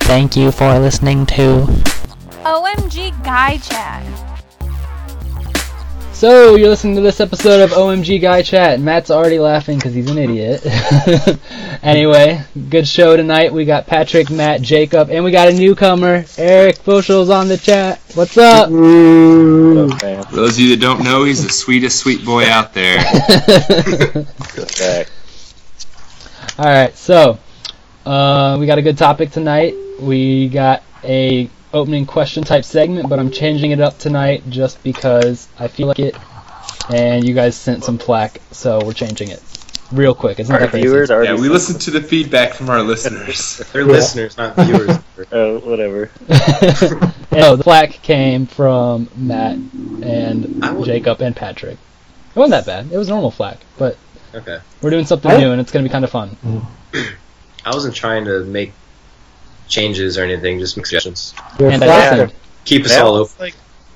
thank you for listening to. OMG Guy Chat. So you're listening to this episode of OMG Guy Chat. Matt's already laughing because he's an idiot. anyway, good show tonight. We got Patrick, Matt, Jacob, and we got a newcomer, Eric Foshel's on the chat. What's up? man. Mm. For those of you that don't know, he's the sweetest sweet boy out there. Back. All right, so uh, we got a good topic tonight. We got a opening question type segment, but I'm changing it up tonight just because I feel like it, and you guys sent some flack, so we're changing it real quick. It's not Our that crazy. viewers are Yeah, we listen to the feedback from our listeners. They're listeners, not viewers. Oh, whatever. Oh, no, the flack came from Matt and I would- Jacob and Patrick. It wasn't that bad. It was normal flack, but Okay. we're doing something new and it's gonna be kind of fun. I wasn't trying to make changes or anything, just make suggestions. And that's flack. it. Keep us Matt all open. looks like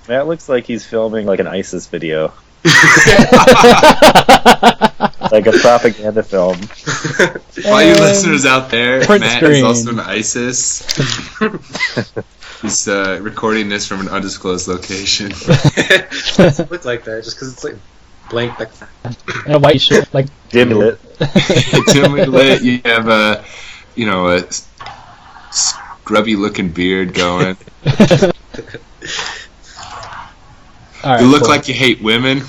Matt looks like he's filming like an ISIS video, like a propaganda film. All you And- listeners out there, Print Matt is screen. also an ISIS. he's uh, recording this from an undisclosed location. Doesn't look like that just because it's like blank. Like, and a white shirt, like Dim lit. Dimly lit, you have a, you know, a scrubby-looking beard going. all right. You look cool. like you hate women.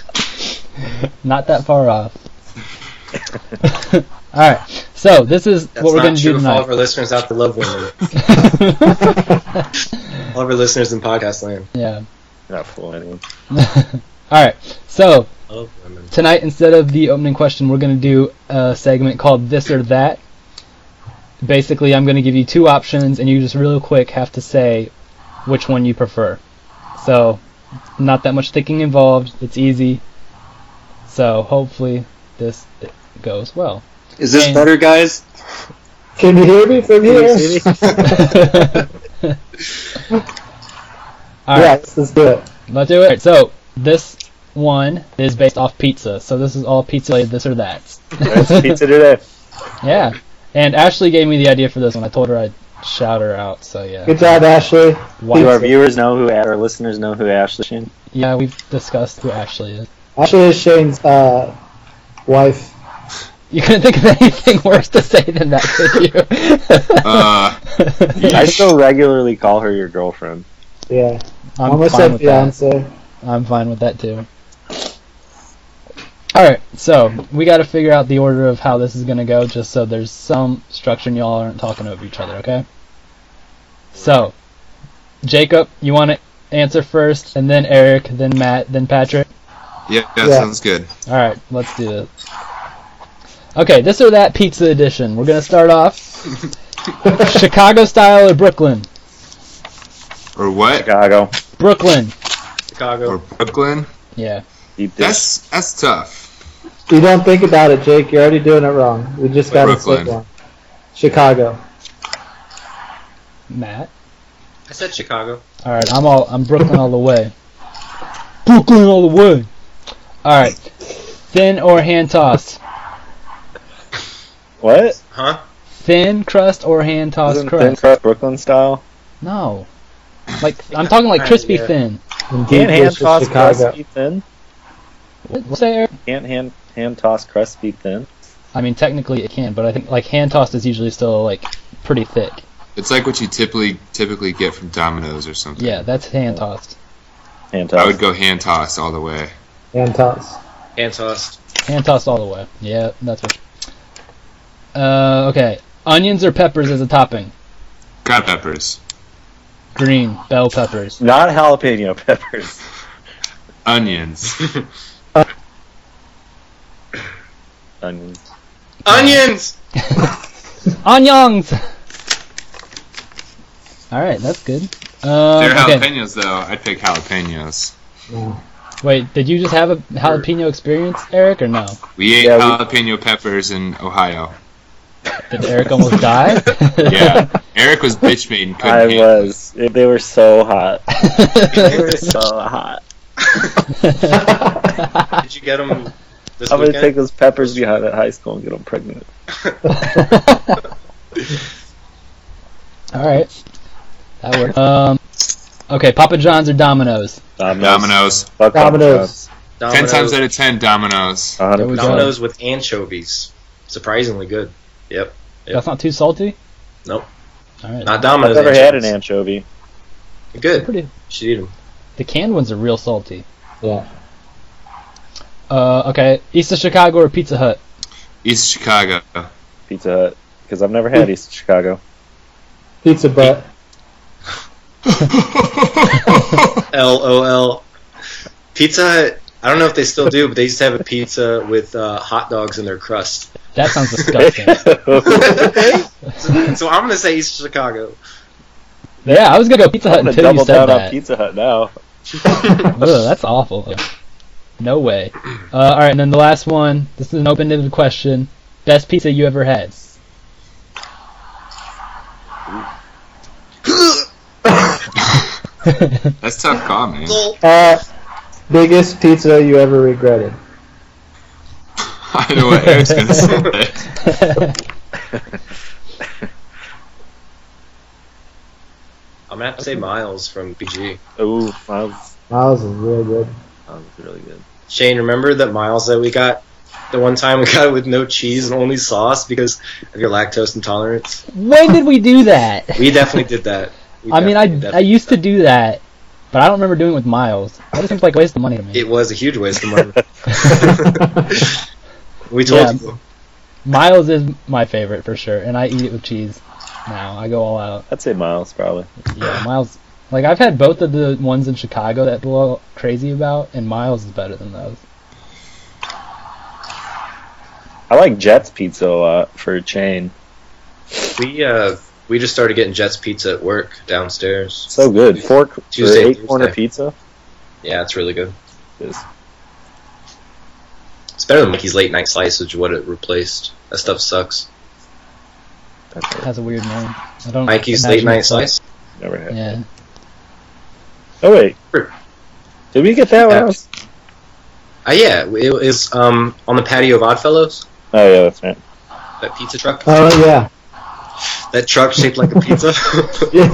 not that far off. all right. So this is that's what we're not gonna do true for all of tonight. our listeners out there love women. all of our listeners in podcast land yeah. Not fooling anyone. All right. So love women. tonight instead of the opening question we're going to do a segment called this or that basically i'm going to give you two options and you just real quick have to say which one you prefer so not that much thinking involved it's easy so hopefully this goes well Is this better, guys? Can you hear me from here? All right. Yes, let's do it. Let's do it. So this one is based off pizza. So this is all pizza related, this or that. There's pizza today. Yeah. And Ashley gave me the idea for this one. I told her I'd shout her out. So yeah. Good job, Ashley. Do our Why- viewers know who our listeners know who Ashley is? Yeah, we've discussed who Ashley is. Ashley is Shane's uh, wife. You couldn't think of anything worse to say than that, could Uh, you? I still regularly call her your girlfriend. Yeah, I'm almost fine said with that. fiance. I'm fine with that too. All right, so we got to figure out the order of how this is gonna go, just so there's some structure and y'all aren't talking over each other, okay? So, Jacob, you want to answer first, and then Eric, then Matt, then Patrick. yeah, that Yeah. sounds good. All right, let's do this. Okay, this or that pizza edition. We're gonna start off Chicago style or Brooklyn. Or what? Chicago. Brooklyn. Or Chicago. Brooklyn? Yeah. Deep dish. That's that's tough. You don't think about it, Jake. You're already doing it wrong. We just got to Brooklyn. sit one. Chicago. Matt. I said Chicago. All right, I'm all I'm Brooklyn all the way. Brooklyn all the way. All right, thin or hand tossed? What? Huh? Thin crust or hand tossed Isn't thin crust? crust Brooklyn style? No, like I'm talking like crispy Yeah. thin. Can't And Deep hand dish is toss crust Chicago. be thin? What- What's there? Can't hand hand toss crust be thin? I mean, technically it can, but I think like hand tossed is usually still like pretty thick. It's like what you typically typically get from Domino's or something. Yeah, that's hand tossed. Hand I toss. would go hand toss all the way. Hand toss. Hand tossed. Hand tossed all the way. Yeah, that's what. Uh, okay, onions or peppers as a topping? Crab peppers. Green bell peppers. Not jalapeno peppers. Onions. Onions. Onions! Onions. All right, that's good. Um, Oh, They're okay. jalapenos though. I'd pick jalapenos. Wait, did you just have a jalapeno experience, Eric, or no? We ate Yeah, we- jalapeno peppers in Ohio. Did Eric almost die? Yeah. Eric was bitch made and couldn't I handle it. was. They were so hot. They were so hot. Did you get them this I'm gonna weekend? take those peppers you had at high school and get them pregnant. All right, that worked. Um, okay, Papa John's or Domino's? Dominoes. Dominoes. Fuck Dominoes. Dominoes. Ten times out Domino's- of ten, Dominoes. A hundred There we percent. go. Domino's with anchovies. Surprisingly good. Yep. That's not too salty. Nope. All right, Not I've Domino's. never had an anchovies. anchovy. Good. pretty. Should eat them. The canned ones are real salty. Yeah. Uh, okay, East of Chicago or Pizza Hut? East Chicago. Pizza Hut. Because I've never had East Chicago. Pizza butt. L O L. Pizza Hut. I don't know if they still do, but they used to have a pizza with uh, hot dogs in their crust. That sounds disgusting. the So I'm gonna say East Chicago. yeah, I was gonna go Pizza Hut until you double said down that. on Pizza Hut now. Ugh, that's awful. No way. Uh, all right, and then the last one. This is an open-ended question. Best pizza you ever had? That's a tough call, man. Uh, biggest pizza you ever regretted. I know what Eric's gonna say. I'm gonna have to say Miles from BG. Ooh, Miles. Miles is really good. Miles is really good. Shane, remember that Miles that we got the one time we got it with no cheese and only sauce because of your lactose intolerance? when did we do that? We definitely did that. We I mean, definitely I, I definitely- used to do that, but I don't remember doing it with Miles. That just seems like a waste of money to me. It was a huge waste of money. we told Yeah. you. Miles is my favorite for sure, and I eat it with cheese. Now I go all out. I'd say Miles probably. Yeah, Miles. Like I've had both of the ones in Chicago that people are all crazy about, and Miles is better than those. I like Jets Pizza a lot for a chain. We uh we just started getting Jets pizza at work downstairs. So good. Four or Tuesday, eight corner Thursday. pizza. Yeah, it's really good. Is It's better than Mickey's late night slice, which is what it replaced. That stuff sucks. that's It it. has a weird name. I don't. Mikey's late imagine night it's like- slice. Never had. Yeah. Oh wait. Sure. Did we get that one? Yeah. else? Uh, yeah, it is um on the patio of Oddfellows. Oh yeah, that's right. That pizza truck. Uh. Oh yeah. That truck shaped like a pizza. Yeah.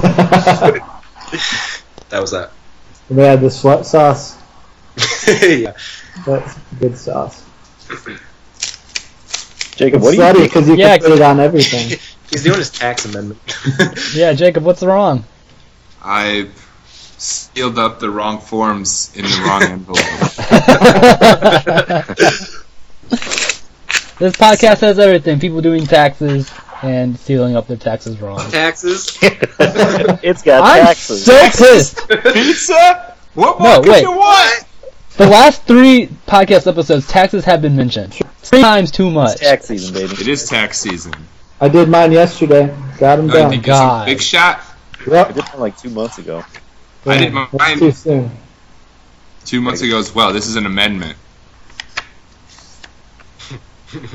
that was that. they had the slut sauce. yeah. That's good sauce. Jacob, It's what do you slutty think? because you Yeah, can put it on everything. He's doing his tax amendment. Yeah, Jacob, what's wrong? I sealed up the wrong forms in the wrong envelope. This podcast has everything: people doing taxes and sealing up their taxes wrong. Taxes. it's got I'm taxes. so pissed. Pizza? What more No, could wait. you want? The last three podcast episodes, taxes have been mentioned three times too much. It's tax season, baby. It is tax season. I did mine yesterday. Got them I done. think Oh, God. it's a big shot. I Yep. did one like two months ago. I did mine- That's too soon. Two months ago as well. This is an amendment. Did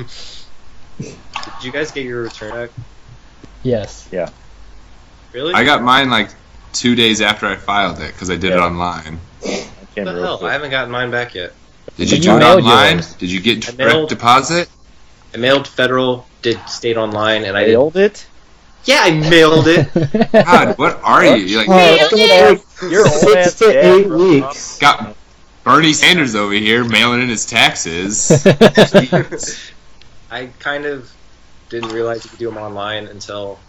you guys get your return act? Yes. Really? I got mine like two days after I filed it because I did it Yeah. online. I What can't the real hell? I quick. haven't gotten mine back yet. Did you But do you it mailed online? yours. Did you get I direct mailed- deposit? I mailed federal, did state online, and I did. Nailed it. Yeah, I mailed it. God, what are you? You're like Oh, it's gonna take Your old six ass to dad, eight bro. weeks. got Bernie Sanders over here mailing in his taxes. I kind of didn't realize you could do them online until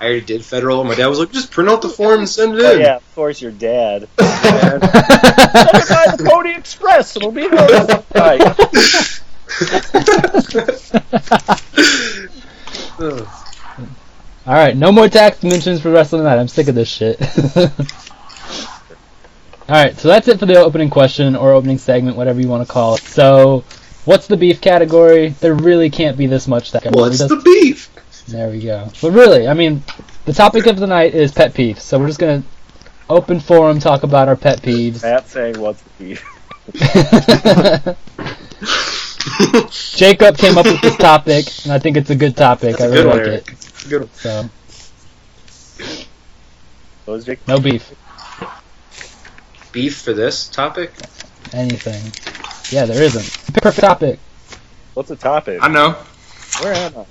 I already did federal. My dad was like, just print out the form and send it Oh, in. yeah, of course, your dad. And Better buy the Pony Express. It'll be there. Right. All right, no more tax mentions for the rest of the night. I'm sick of this shit. All right, so that's it for the opening question or opening segment, whatever you want to call it. So, what's the beef category? There really can't be this much that. What's the beef? There we go. But really, I mean, the topic of the night is pet peeves. So we're just gonna open forum talk about our pet peeves. Matt saying what's the beef? Jacob came up with this topic, and I think it's a good topic. I That's really a good one, like Eric. it. Good one. So What was Jake? no beef, Beef for this topic? anything. Yeah, there isn't. Perfect topic. What's the topic? I know. Where am I?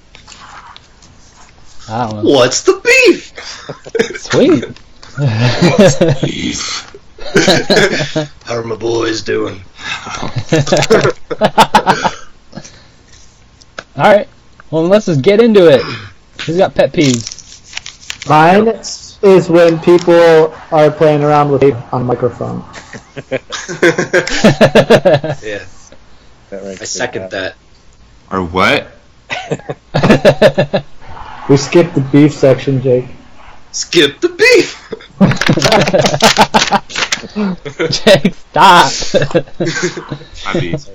I don't know. What's the beef? Sweet. Beef. How are my boys doing? All right. Well, let's just get into it. Who's got pet peeves? Mine is when people are playing around with tape on a microphone. yeah, That I ranks second that. Or what? We skipped the beef section, Jake. Skip the beef. Jake, stop. My beef.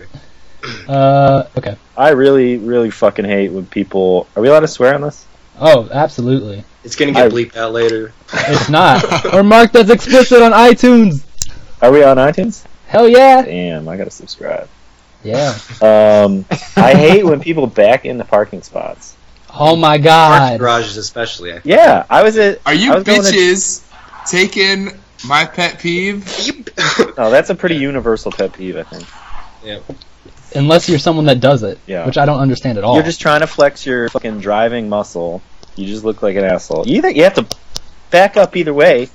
uh, okay. I really, really fucking hate when people. Are we allowed to swear on this? Oh, absolutely. It's gonna get I- bleeped out later. It's not. or marked as explicit on iTunes. Are we on iTunes? Hell yeah. Damn, I gotta subscribe. Yeah. Um, I hate when people back in the parking spots. Oh my Parking god. garages, especially. I Yeah, I was at. Are you I was going to- bitches taking my pet peeve? think. No, Oh, that's a pretty universal pet peeve, I think. Unless you're someone that does it, Yeah. which I don't understand at all. You're just trying to flex your fucking driving muscle. You just look like an asshole. Either you have to back up either way.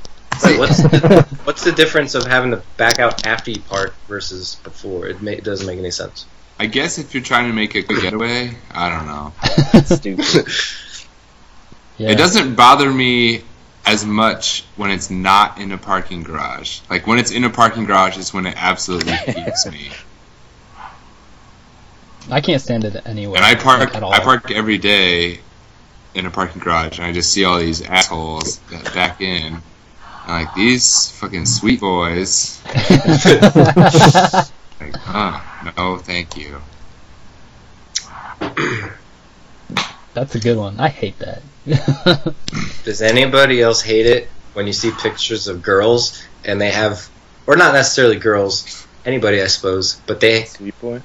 Wait, what's the, what's the difference of having to back out after you park versus before? It, ma- it doesn't make any sense. I guess if you're trying to make a quick getaway, I don't know. Stupid. yeah. It doesn't bother me as much when it's not in a parking garage. Like when it's in a parking garage is when it absolutely peeves me. I can't stand it anyway. And I park like, at all. I park every day in a parking garage and I just see all these assholes that back in. And like these fucking sweet boys. Like, ah, no, thank you. That's a good one. I hate that. Does anybody else hate it when you see pictures of girls and they have, or not necessarily girls, anybody I suppose, but they Sweet boy.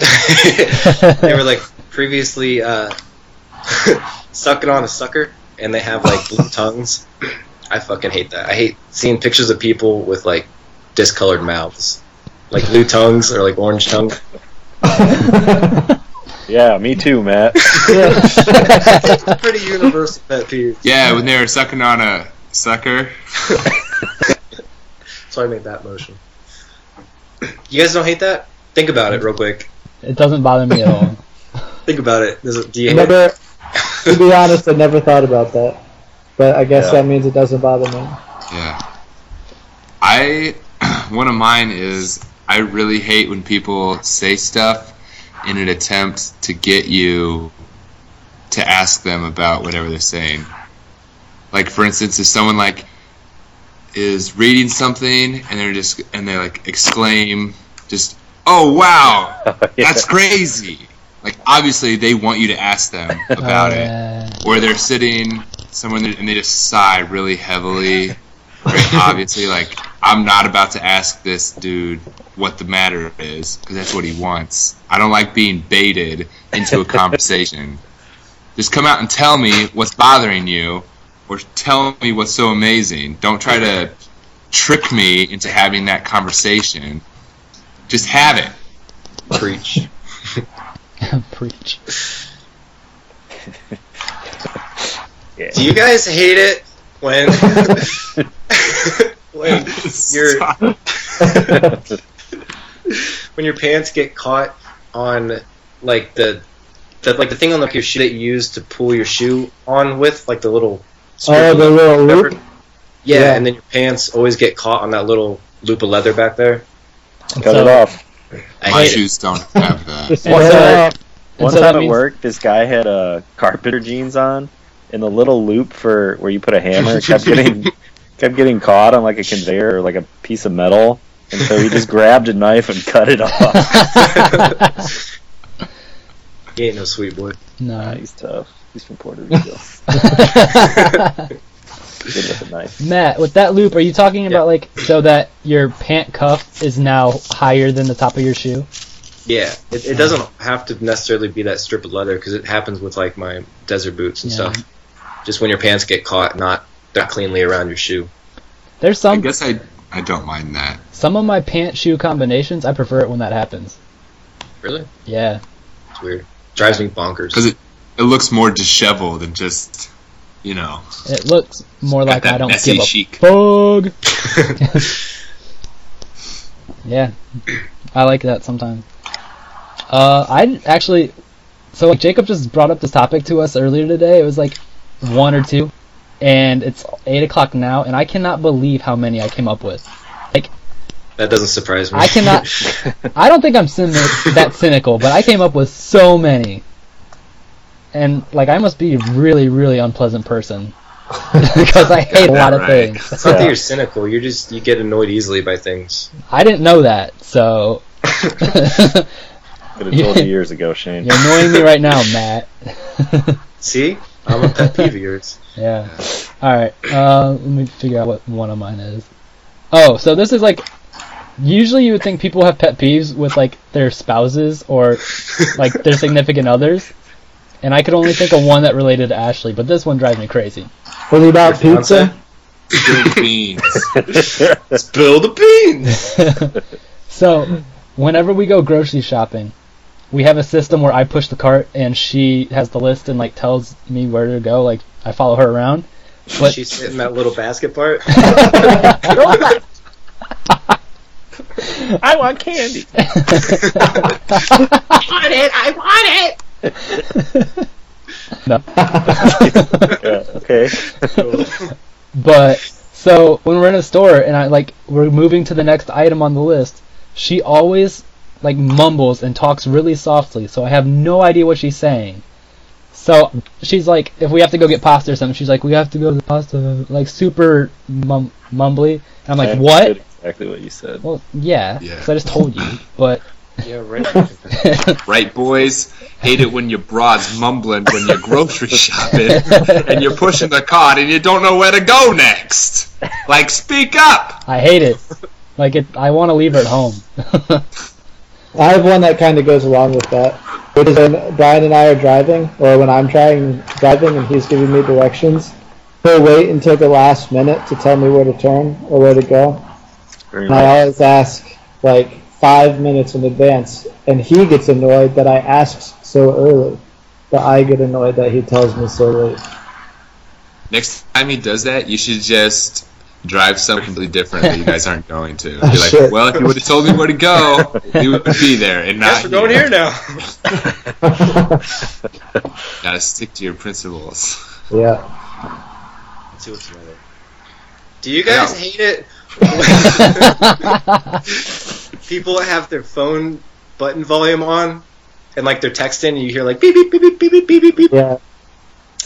they were like previously uh, sucking on a sucker and they have like blue tongues. I fucking hate that. I hate seeing pictures of people with like discolored mouths, like blue tongues or like orange tongue. Yeah, me too, Matt. Pretty universal pet peeve. Yeah, when they were sucking on a sucker. So I made that motion. You guys don't hate that? Think about it real quick. it doesn't bother me at all. Think about it. Does it do you hate it? Never. To be honest, I never thought about that. But I guess Yeah. that means it doesn't bother me. Yeah. I one of mine is I really hate when people say stuff in an attempt to get you to ask them about whatever they're saying. Like for instance, if someone like is reading something and they're just and they like exclaim just oh wow that's crazy like obviously they want you to ask them about it Uh, where they're sitting somewhere and they just sigh really heavily. Right? Obviously, like I'm not about to ask this dude what the matter is because that's what he wants. I don't like being baited into a conversation. just come out and tell me what's bothering you, or tell me what's so amazing. Don't try to trick me into having that conversation. Just have it. Preach. preach. Yeah. Do you guys hate it when when your when your pants get caught on like the the like the thing on like your shoe that you use to pull your shoe on with like the little strip Oh, of the leather. little loop. yeah, Yeah. and then your pants always get caught on that little loop of leather back there. Cut it off. I My hate it. shoes don't have that. Just tear it so- up. And One so that time at means- work, this guy had uh, carpenter jeans on, and the little loop for where you put a hammer kept getting kept getting caught on like a conveyor or like a piece of metal, and so he just grabbed a knife and cut it off. You ain't no sweet boy. Nah, no. he's tough. He's from Puerto Rico. Good with a knife. Matt, with that loop, are you talking Yeah. about like so that your pant cuff is now higher than the top of your shoe? Yeah, it, it doesn't have to necessarily be that strip of leather because it happens with like my desert boots and Yeah. stuff. Just when your pants get caught, not not cleanly around your shoe. There's I some guess I I don't mind that. some of my pant shoe combinations. I prefer it when that happens. Really? Yeah, It's weird. Drives me bonkers. Because it it looks more disheveled and just you know It looks more like that I don't messy give a chic. fuck. yeah, I like that sometimes. Uh, I actually, so like Jacob just brought up this topic to us earlier today. It was like one or two, and it's eight o'clock now, and I cannot believe how many I came up with. That doesn't surprise me. I cannot. I don't think I'm cynic, that cynical, but I came up with so many, and like I must be a really, really unpleasant person because I hate a lot of right. things. it's not Yeah. that you're cynical. You're just you get annoyed easily by things. I didn't know that, so Could have told you years ago, Shane. you're annoying me right now, Matt. See, I'm a pet peeve of yours. yeah. All right. Uh, let me figure out what one of mine is. Oh, so this is like. Usually, you would think people have pet peeves with like their spouses or like their significant others, and I could only think of one that related to Ashley. But this one drives me crazy. Was it about Fiance? pizza? Grilled beans. Spill the beans. So, whenever we go grocery shopping, we have a system where I push the cart and she has the list and like tells me where to go. Like I follow her around. But She's sitting that little basket part. I want candy. no. Yeah, okay. But so when we're in a store and I like we're moving to the next item on the list, she always like mumbles and talks really softly, so I have no idea what she's saying. So she's like, if we have to go get pasta or something, she's like, we have to go to the pasta, like super mum- mumbly. And I'm like, I what? understood Exactly what you said. Well, yeah, Yeah. 'cause I just told you, but yeah, right. Right, boys? Hate it when your broad's mumbling when you're grocery shopping and you're pushing the cart and you don't know where to go next. Like, speak up! I hate it. Like it, I want to leave her at home. I have one that kind of goes along with that, which is when Brian and I are driving, or when I'm trying driving and he's giving me directions. He'll wait until the last minute to tell me where to turn or where to go. Very And I always ask like five minutes in advance, and he gets annoyed that I asked so early. But I get annoyed that he tells me so late. Next time he does that, you should just drive somewhere completely different that you guys aren't going to. Be like, Shit. well, if you would have told me where to go, we would be there and not Guess we're going here now. Gotta stick to your principles. yeah. Let's see what's the matter. Do you guys Yeah. hate it? when People have their phone button volume on, and like they're texting, and you hear like beep beep beep beep beep beep beep beep. beep. Yeah.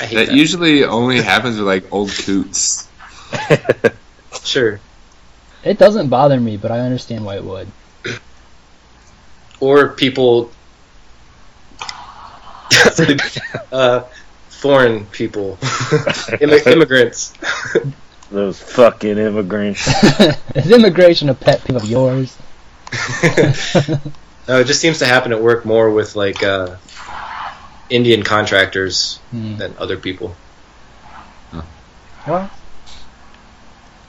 I hate That that. usually only happens with like old coots. sure. it doesn't bother me, but I understand why it would. Or people, uh, foreign people, Immi- immigrants. Those fucking immigrants. Is immigration a pet peeve of yours? Hmm, No, it just seems to happen at work more with like uh, Indian contractors Hmm. than other people. Well,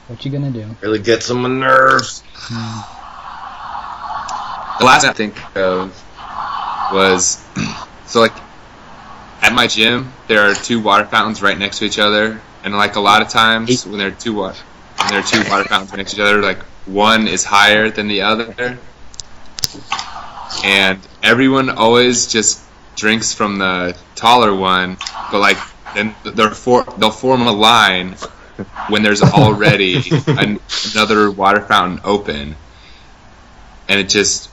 what you gonna do? Really gets on my nerves. the last thing I think of was so like at my gym there are two water fountains right next to each other, and like a lot of times when there are two water when there are two water fountains next to each other, like one is higher than the other, and everyone always just drinks from the taller one, but like then they're for, they'll form a line when there's already an, another water fountain open and it just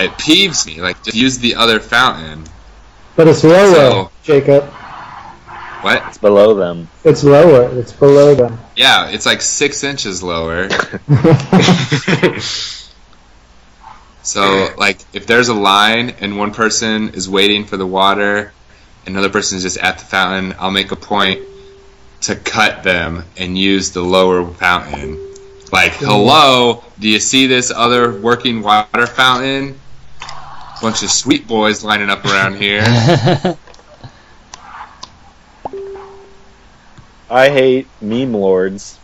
it peeves me. Like just use the other fountain. But it's lower, So- Jacob. What? It's below them. It's lower. It's below them. Yeah, it's like six inches lower. Oh, so like if there's a line and one person is waiting for the water, another person is just at the fountain, I'll make a point to cut them and use the lower fountain. Like, hello, do you see this other working water fountain? Bunch of sweet boys lining up around here. I hate meme lords.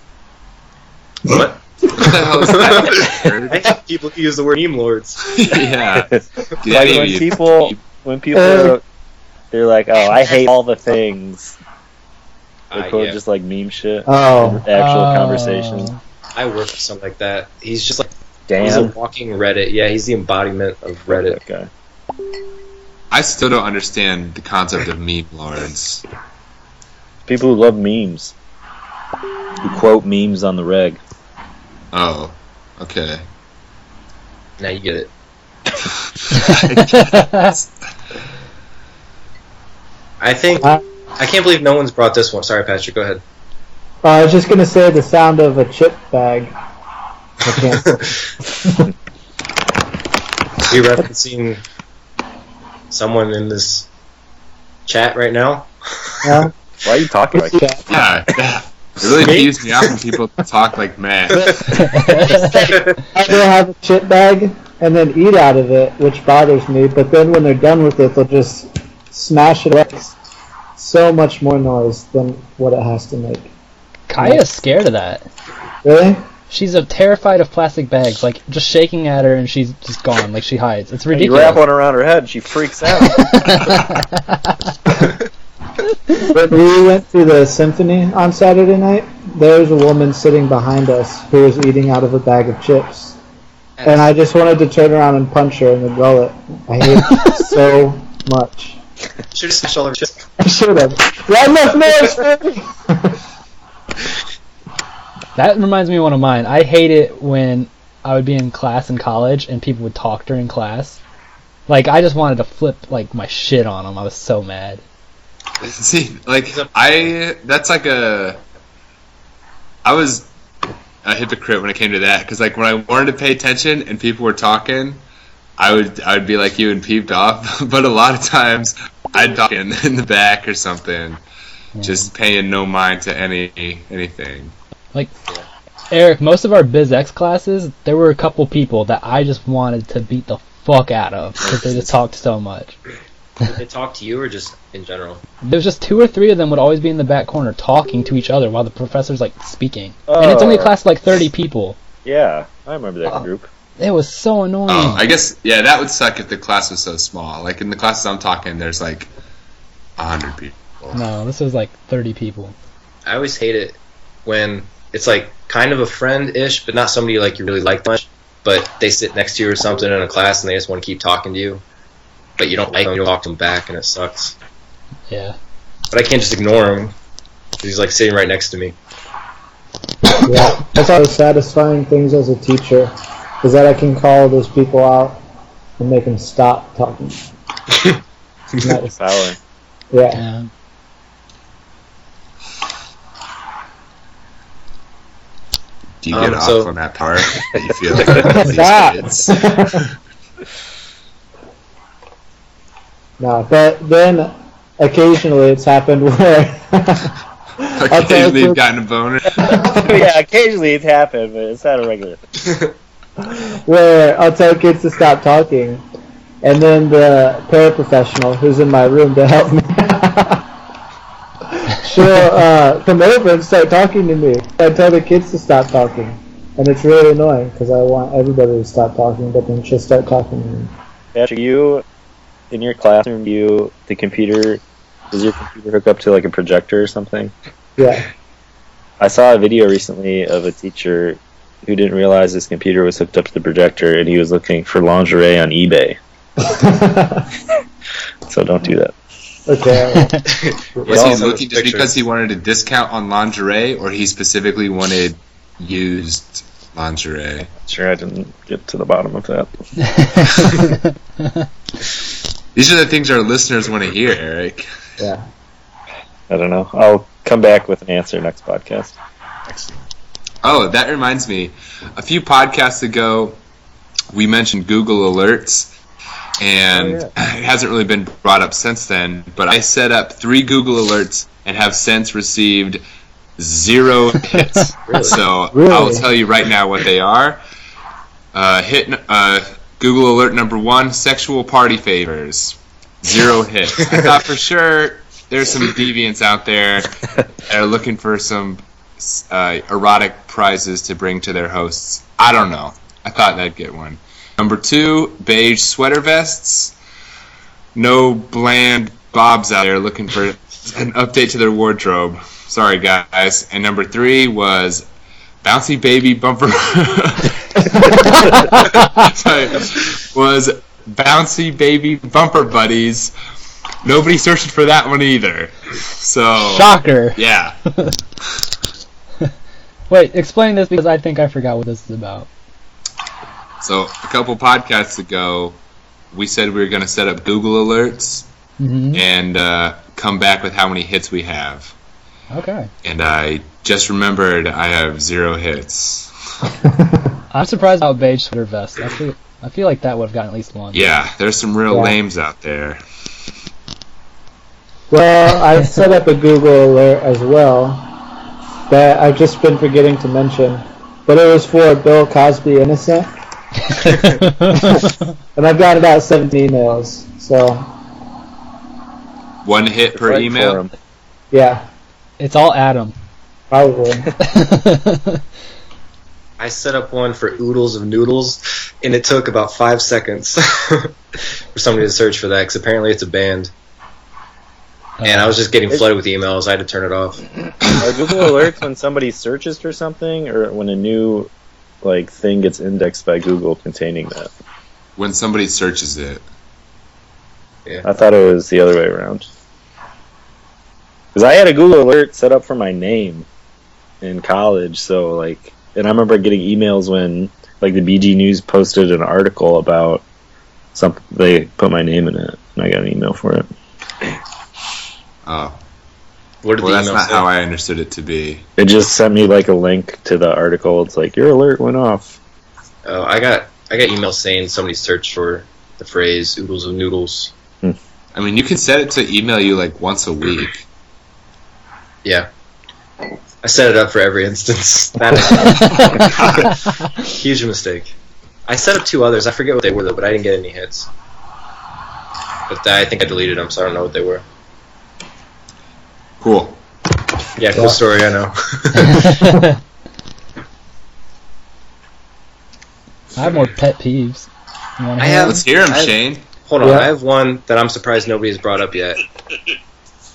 What? What the hell is that? I hate people who use the word meme lords. yeah. like when people when people Uh, They're like, oh, I hate all the things. They I, quote yeah, just like meme shit, Oh, actual Oh. conversation. I work with something like that. He's just like he's a Damn. walking Reddit. Yeah, he's the embodiment of Reddit. That guy. I still don't understand the concept of meme lords. People who love memes, who quote memes on the reg. Oh, okay. Now you get it. I think Uh, I can't believe no one's brought this one. Sorry, Patrick. Go ahead. I was just gonna say the sound of a chip bag. I can't. We referencing someone in this chat right now. no? Why are you talking like It's that. Yeah, yeah. It really peeves me off when people talk like mad. They'll have a chip bag and then eat out of it, which bothers me. But then when they're done with it, they'll just smash it up. So much more noise than what it has to make. Kaya's scared of that. Really? She's uh, terrified of plastic bags. Like just shaking at her, and she's just gone. Like she hides. It's You wrap ridiculous. one around her head, she freaks out. When we went to the symphony on Saturday night, there was a woman sitting behind us who was eating out of a bag of chips. And I just wanted to turn around and punch her in the gullet. I hate it so much. Should have smashed all our chips. I should have. Right enough noise! that reminds me of one of mine. I hate it when I would be in class in college and people would talk during class. Like I just wanted to flip like my shit on them. I was so mad. See, like I, that's like a. I was a hypocrite when it came to that because, like, when I wanted to pay attention and people were talking, I would I would be like you and peeved off. but a lot of times, I'd talk in, in the back or something, just paying no mind to any anything. Eric, most of our biz X classes, there were a couple people that I just wanted to beat the fuck out of because they just talked so much. Did they talk to you or just in general? There's just two or three of them would always be in the back corner talking to each other while the professor's like speaking, and it's only a Oh. class of like 30 people. Yeah, I remember that group. It was so annoying. Oh, Hmm. I guess yeah, that would suck if the class was so small. Like in the classes I'm talking, there's like a hundred people. no, this was like 30 people. I always hate it when it's like kind of a friend ish, but not somebody like you really like much. But they sit next to you or something in a class, and they just want to keep talking to you, but you don't like them. You don't talk to them back, and it sucks. Yeah. But I can't just ignore him. He's like sitting right next to me. Yeah, that's one of the satisfying things as a teacher is that I can call those people out and make them stop talking. And that Oh. is- Power. yeah. Yeah. Do you get Um, off so- on that part? that you feel like these Stop. kids? No, but then occasionally it's happened where I'll tell Occasionally you- you've gotten a boner. yeah, occasionally it's happened, but it's not a regular. where I'll tell kids to stop talking, and then the paraprofessional who's in my room to help me, she'll uh, come over and start talking to me. I tell the kids to stop talking, and it's really annoying because I want everybody to stop talking, but then she'll start talking to me. Patrick, you in your classroom, you the computer does your computer hook up to like a projector or something? Yeah, I saw a video recently of a teacher who didn't realize his computer was hooked up to the projector, and he was looking for lingerie on eBay. So don't do that. okay. Was Yeah. he looking just because he wanted a discount on lingerie, or he specifically wanted used lingerie? Sure, I didn't get to the bottom of that. These are the things our listeners want to hear, Eric. Yeah. I don't know. I'll come back with an answer next podcast. Oh, that reminds me. A few podcasts ago, we mentioned Google Alerts, and it hasn't really been brought up since then. But I set up three Google Alerts and have since received zero hits. Really? So Really? I'll tell you right now what they are. Uh, hit n- uh, Google Alert number one: sexual party favors. Zero hits. I thought for sure there's some deviants out there that are looking for some uh, erotic prizes to bring to their hosts. I don't know. I thought that'd get one. Number two, beige sweater vests. No bland Bob's out there looking for an update to their wardrobe. Sorry, guys. And number three was bouncy baby bumper. Sorry. was bouncy baby bumper buddies. Nobody searching for that one either. So Shocker. yeah, Wait, explain this because I think I forgot what this is about. so a couple podcasts ago, we said we were going to set up Google alerts hmm and uh, come back with how many hits we have. Okay. And I just remembered I have zero hits. I'm surprised about beige sweater vest. I feel, I feel like that would have gotten at least one. Yeah, there's some real Yeah. lames out there. Well, I've set up a Google alert as well that I've just been forgetting to mention. But it was for Bill Cosby Innocent, and I've got about seven emails. So, One hit per Right email. for 'em. yeah, it's all Adam. probably. I set up one for oodles of noodles, and it took about five seconds for somebody to search for that because apparently it's a band. And I was just getting flooded with emails. I had to turn it off. Are Google alerts when somebody searches for something, or when a new like thing gets indexed by Google containing that? When somebody searches it, I thought it was the other way around. Because I had a Google alert set up for my name in college, so like, and I remember getting emails when like the BG News posted an article about something. They put my name in it, and I got an email for it. oh, What did well, the that's email not say? how I understood it to be. It just sent me like a link to the article. It's like your alert went off. Oh, I got I got emails saying somebody searched for the phrase oodles of noodles. I mean, you can set it to email you like once a week. Yeah. I set it up for every instance. That is huge mistake. I set up two others. I forget what they were though, but I didn't get any hits. But I think I deleted them, so I don't know what they were. Cool. Yeah, cool story. I know. I have more pet peeves. You wanna I hear have- Let's hear him, I- Shane. Hold on, Yeah. I have one that I'm surprised nobody's brought up yet.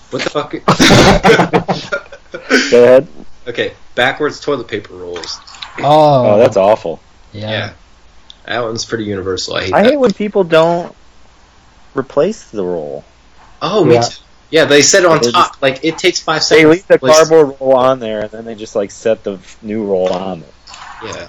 What the fuck? Go ahead. okay, backwards toilet paper rolls. it? Oh, Oh, that's awful. yeah. Yeah. That one's pretty universal. I hate I that. hate when people don't replace the roll. oh, me Yeah. too. Yeah, they said on They top. Like, it takes five They seconds. leave the to place- cardboard roll on there, and then they just like set the f- new roll on it. Yeah.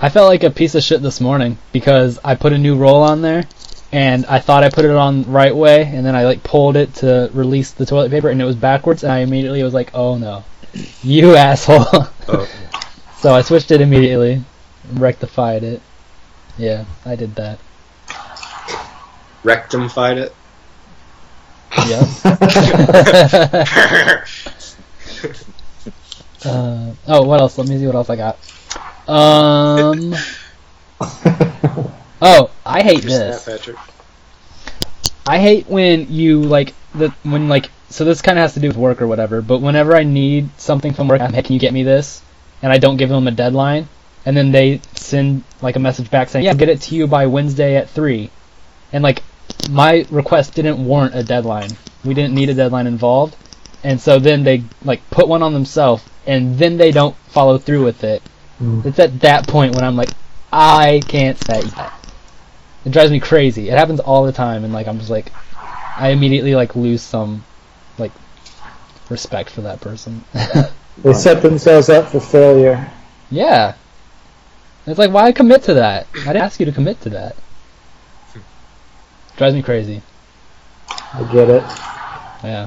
I felt like a piece of shit this morning because I put a new roll on there and I thought I put it on the right way and then I like pulled it to release the toilet paper and it was backwards and I immediately was like, "Oh no. You asshole." Oh. so I switched it immediately, rectified it. Yeah, I did that. Rectified it. Yep. Uh, oh, what else? Let me see what else I got. Um. oh, I hate Your snap, this. Patrick. I hate when you like the when like so this kind of has to do with work or whatever. But whenever I need something from work, I'm hey, can you get me this? And I don't give them a deadline, and then they send like a message back saying, yeah, get it to you by Wednesday at three, and like my request didn't warrant a deadline. We didn't need a deadline involved, and so then they like put one on themselves, and then they don't follow through with it. It's at that point when I'm like, I can't say that. It drives me crazy. It happens all the time, and like I'm just like, I immediately like lose some, like, respect for that person. They set themselves up for failure. yeah. It's like why commit to that? I didn't ask you to commit to that. Drives me crazy. I get it. Yeah.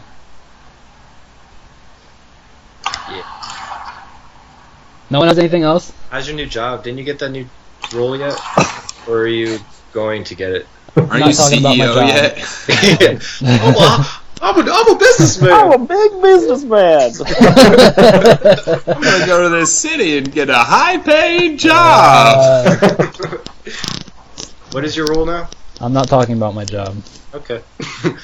No one has anything else? How's your new job? Didn't you get that new role yet? or are you going to get it? Aren't not you talking about my CEO job. yet? oh, I'm, I'm, a, I'm a businessman. I'm a big businessman. I'm gonna go to this city and get a high-paying job. Ah. Uh, What is your role now? I'm not talking about my job. Okay.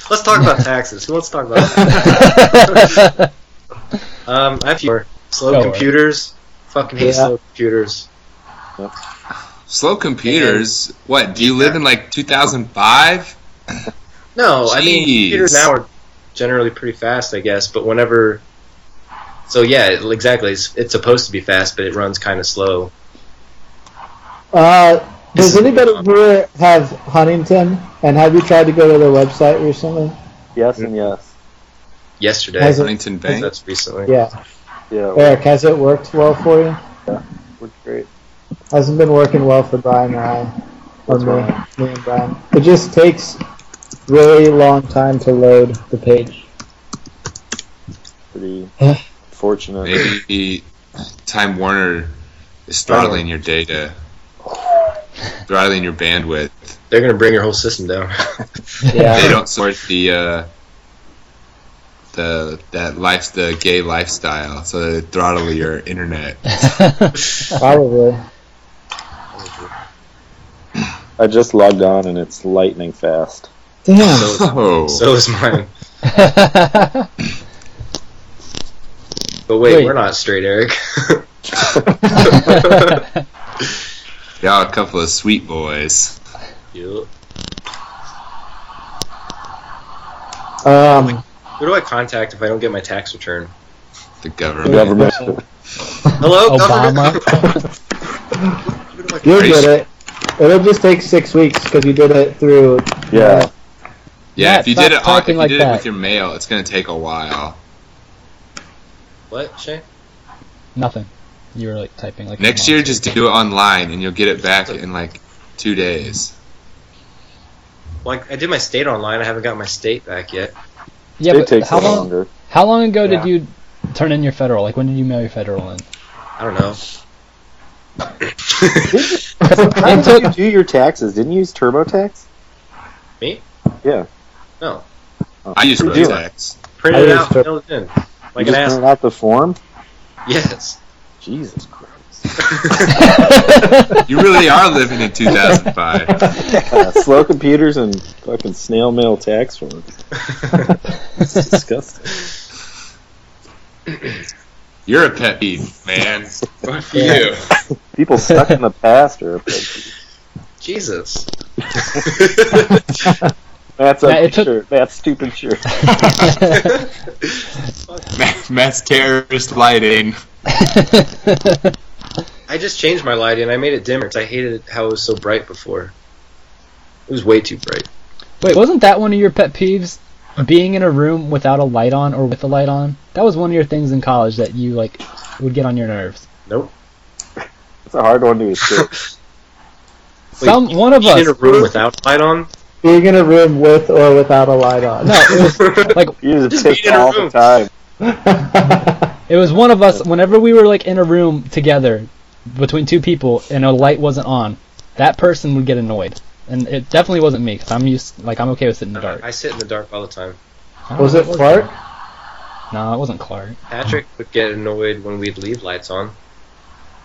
Let's talk about taxes. Who wants to talk about that? um, I have fewer. Slow Go. computers. Fucking hate Yeah. slow computers. Slow computers. What? Do you live in like 2005? No, I mean Jeez. computers now are generally pretty fast, I guess. But whenever, so yeah, it- exactly. It's, it's supposed to be fast, but it runs kind of slow. Uh, This does is- anybody here have Huntington? And have you tried to go to their website recently? Yes and yes. Yesterday, Has it- Huntington Bank. that's recently. Yeah. Yeah, it Eric, has it worked well for you? worked great. Hasn't been working well for Brian and I. Or What's me, wrong? me and Brian. It just takes really long time to load the page. Pretty fortunate. Maybe Time Warner is throttling your data, throttling your bandwidth. They're gonna bring your whole system down. They Yeah. don't support the uh, the that life the gay lifestyle, so they throttle your internet. Probably. I just logged on and it's lightning fast. Damn. Oh, so is mine. That's But wait, Wait. we're not straight, Eric. y'all a couple of sweet boys. You- Um, Who do I contact if I don't get my tax return? The The government. government. Hello, Obama? Who do I- you'll Grace. get it. It'll just take six weeks because you did it through. Yeah. Yeah, Matt, if you stop did it on, if talking you like did it that. with your mail, it's gonna take a while. What, Shay? Nothing. You were like typing like a Next monster. year, just do it online, and you'll get it back in like two days. Like I did my state online. I haven't got my state back yet. Yeah, it but takes how long? longer. How long ago Yeah. did you turn in your federal? Like when did you mail your federal in? I don't know. How It took- did you do your taxes? Didn't you use TurboTax? Me? Yeah. No. Oh. I use You do it. Rotax. Print I it used out, to- mail it in. You Like an just ass. print out the form. Yes. Jesus Christ. You really are living in 2005. Yeah, Uh, slow computers and fucking snail mail tax forms. It's disgusting. You're a pet peeve, man. Fuck you. People stuck in the past are. a pig. Jesus. That's a Yeah, it took- shirt. That's stupid shirt. Matt- Matt's terrorist lighting. I just changed my lighting. I made it dimmer 'cause I hated how it was so bright before. It was way too bright. Wait, wasn't that one of your pet peeves? Being in a room without a light on or with a light on? That was one of your things in college that you like would get on your nerves. Nope. It's a hard one to escape. Some one of Being us in a room without light on. Being in a room with or without a light on. No, it was like You just Just be pick in a all room. the time. it was one of Oh. us whenever we were like in a room together between two people and a light wasn't on, that person would get annoyed. And it definitely wasn't me cuz I'm used like I'm okay with sitting in the dark. I sit in the dark all the time. Was it Clark? No, it wasn't Clark. Patrick would get annoyed when we'd leave lights on.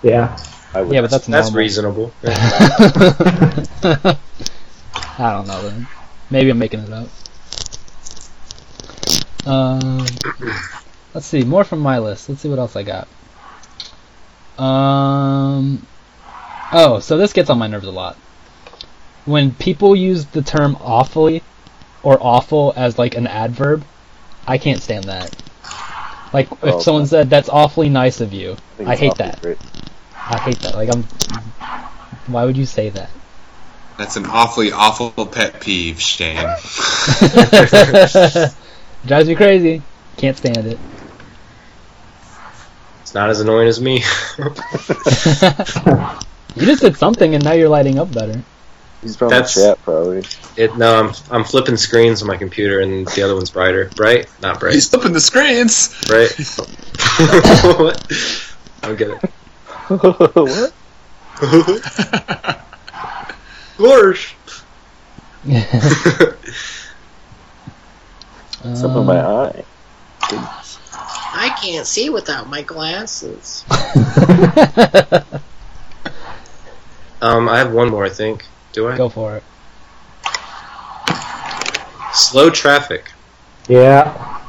Yeah. I would Yeah, but that's That's normal. reasonable. I don't know then. Maybe I'm making it up. Um, let's see more from my list. Let's see what else I got. Um, oh, so this gets on my nerves a lot. When people use the term awfully or awful as like an adverb, I can't stand that. Like if Oh. someone said that's awfully nice of you, think I it's hate awfully that. great. I hate that. Like I'm. Why would you say that? That's an awfully awful pet peeve, Shane. Drives me crazy. Can't stand it. It's not as annoying as me. you just did something and now you're lighting up better. He's from the That's- chat, probably. It, no, I'm I'm flipping screens on my computer, and the other one's brighter. Bright? Not bright. He's up in the screens. Bright. what? I don't get it. what? Gorsh. Something in my Uh, eye. I can't see without my glasses. Um, I have one more, I think. Do I? Go for it. Slow traffic. Yeah.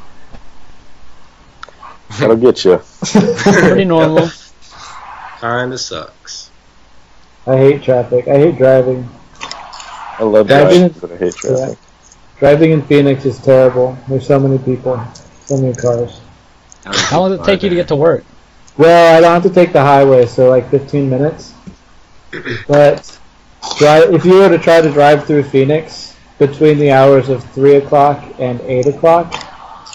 That'll get you. Pretty normal. Kinda sucks. I hate traffic. I hate driving. I love That driving, is- but I hate traffic. Driving in Phoenix is terrible. There's so many people, so many cars. How long does it take you to get to work? Well, I don't have to take the highway, so like 15 minutes. But dri if you were to try to drive through Phoenix between the hours of 3 o'clock and 8 o'clock,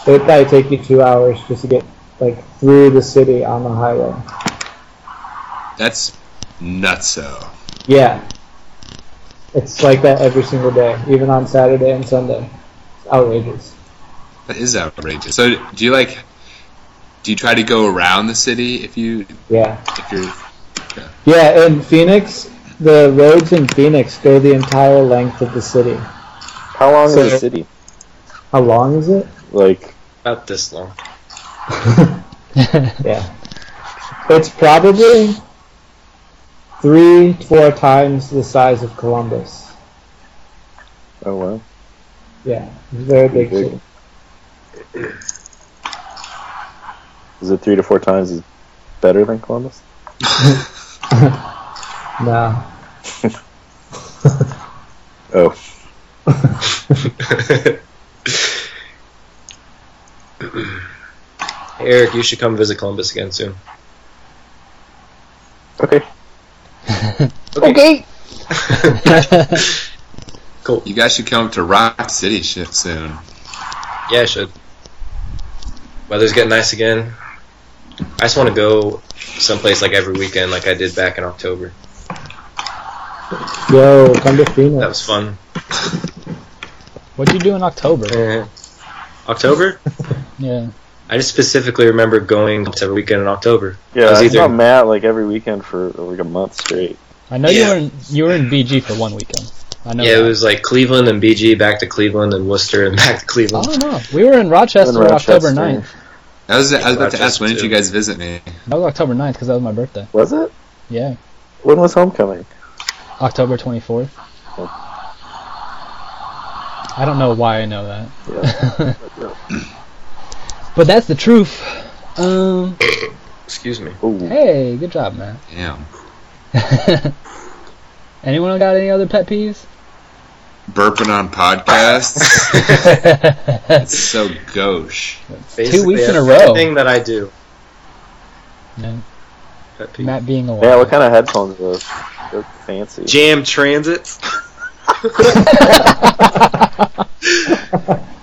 it would probably take you two hours just to get like through the city on the highway. That's nutso. Yeah. It's like that every single day, even on Saturday and Sunday. It's outrageous. That is outrageous. So do you like? Do you try to go around the city if you Yeah. if you're? Yeah, in Phoenix, the roads in Phoenix go the entire length of the city. How long So- is the city? How long is it? Like, About this long. Yeah. It's probably three, four times the size of Columbus. oh well. Yeah. It's a very big Big. city. Is it three to four times as better than Columbus? No. Oh, Eric, you should come visit Columbus again soon. okay. Okay. You guys should come to Rock City shit soon. Yeah, I should. Weather's getting nice again. I just want to go someplace like every weekend, like I did back in October. Yo, come to That Phoenix. was fun. What'd you do in October? Eh. October? Yeah. I just specifically remember going to every weekend in October. Yeah, was I either- saw Matt like every weekend for like a month straight. I know Yeah. you were in you were in BG for one weekend. I know. Yeah, it that. was like Cleveland and BG, back to Cleveland and Worcester, and back to I Cleveland. Oh. don't know. We were in Rochester, In Rochester. October 9th. I was, I was about to ask when did Rochester, you too. guys visit me? That was October 9th because that was my birthday. Was it? Yeah. When was homecoming? October 24th. I don't know why I know that. Yeah. But that's the truth. Um, Excuse me. Ooh. hey, good job, man. Damn. Anyone got any other pet peeves? Burping on podcasts. That's It's so gauche. Basically, weeks in a row. Everything that I do. No. Pet peeve. Matt being away. Yeah, what kind of headphones are those? They're fancy. Jam Transits.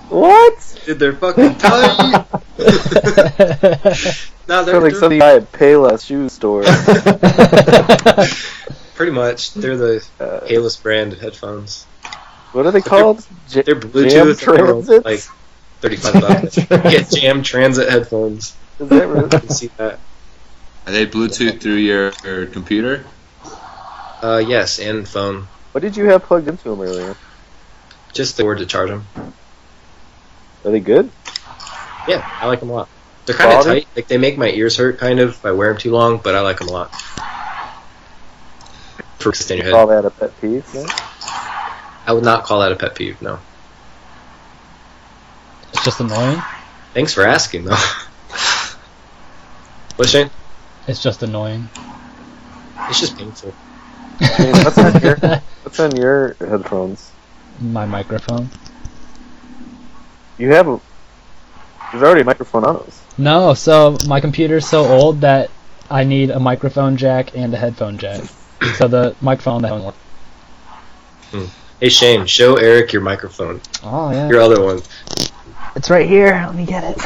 What? Dude, they're fucking tight. no, They're they're, like they're- some guy at Payless shoe store. pretty much. They're the Uh, Halus brand headphones. what are they called? J- They're Jam Bluetooth. and they're transits. Like thirty-five bucks. Get Jam Transit headphones. Is that You really- can see that. Are they Bluetooth through your, your computer? Uh, yes, and phone. what did you have plugged into them earlier? Just the cord to charge them. Are they good? Yeah, I like them a lot. They're kind of Quality? tight. Like they make my ears hurt, kind of. If I wear them too long, but I like them a lot. For in your head. Call that a pet peeve? Yeah. I would not call that a pet peeve. No. It's just annoying. Thanks for asking, though. What Shane? It's just annoying. It's just painful. Hey, what's on your What's on your headphones? My microphone. You have a, there's already a microphone on those. No, so my computer's so old that I need a microphone jack and a headphone jack. So the microphone that won't work. Hey Shane, show Eric your microphone. Oh yeah. Your other one. It's right here. Let me get it.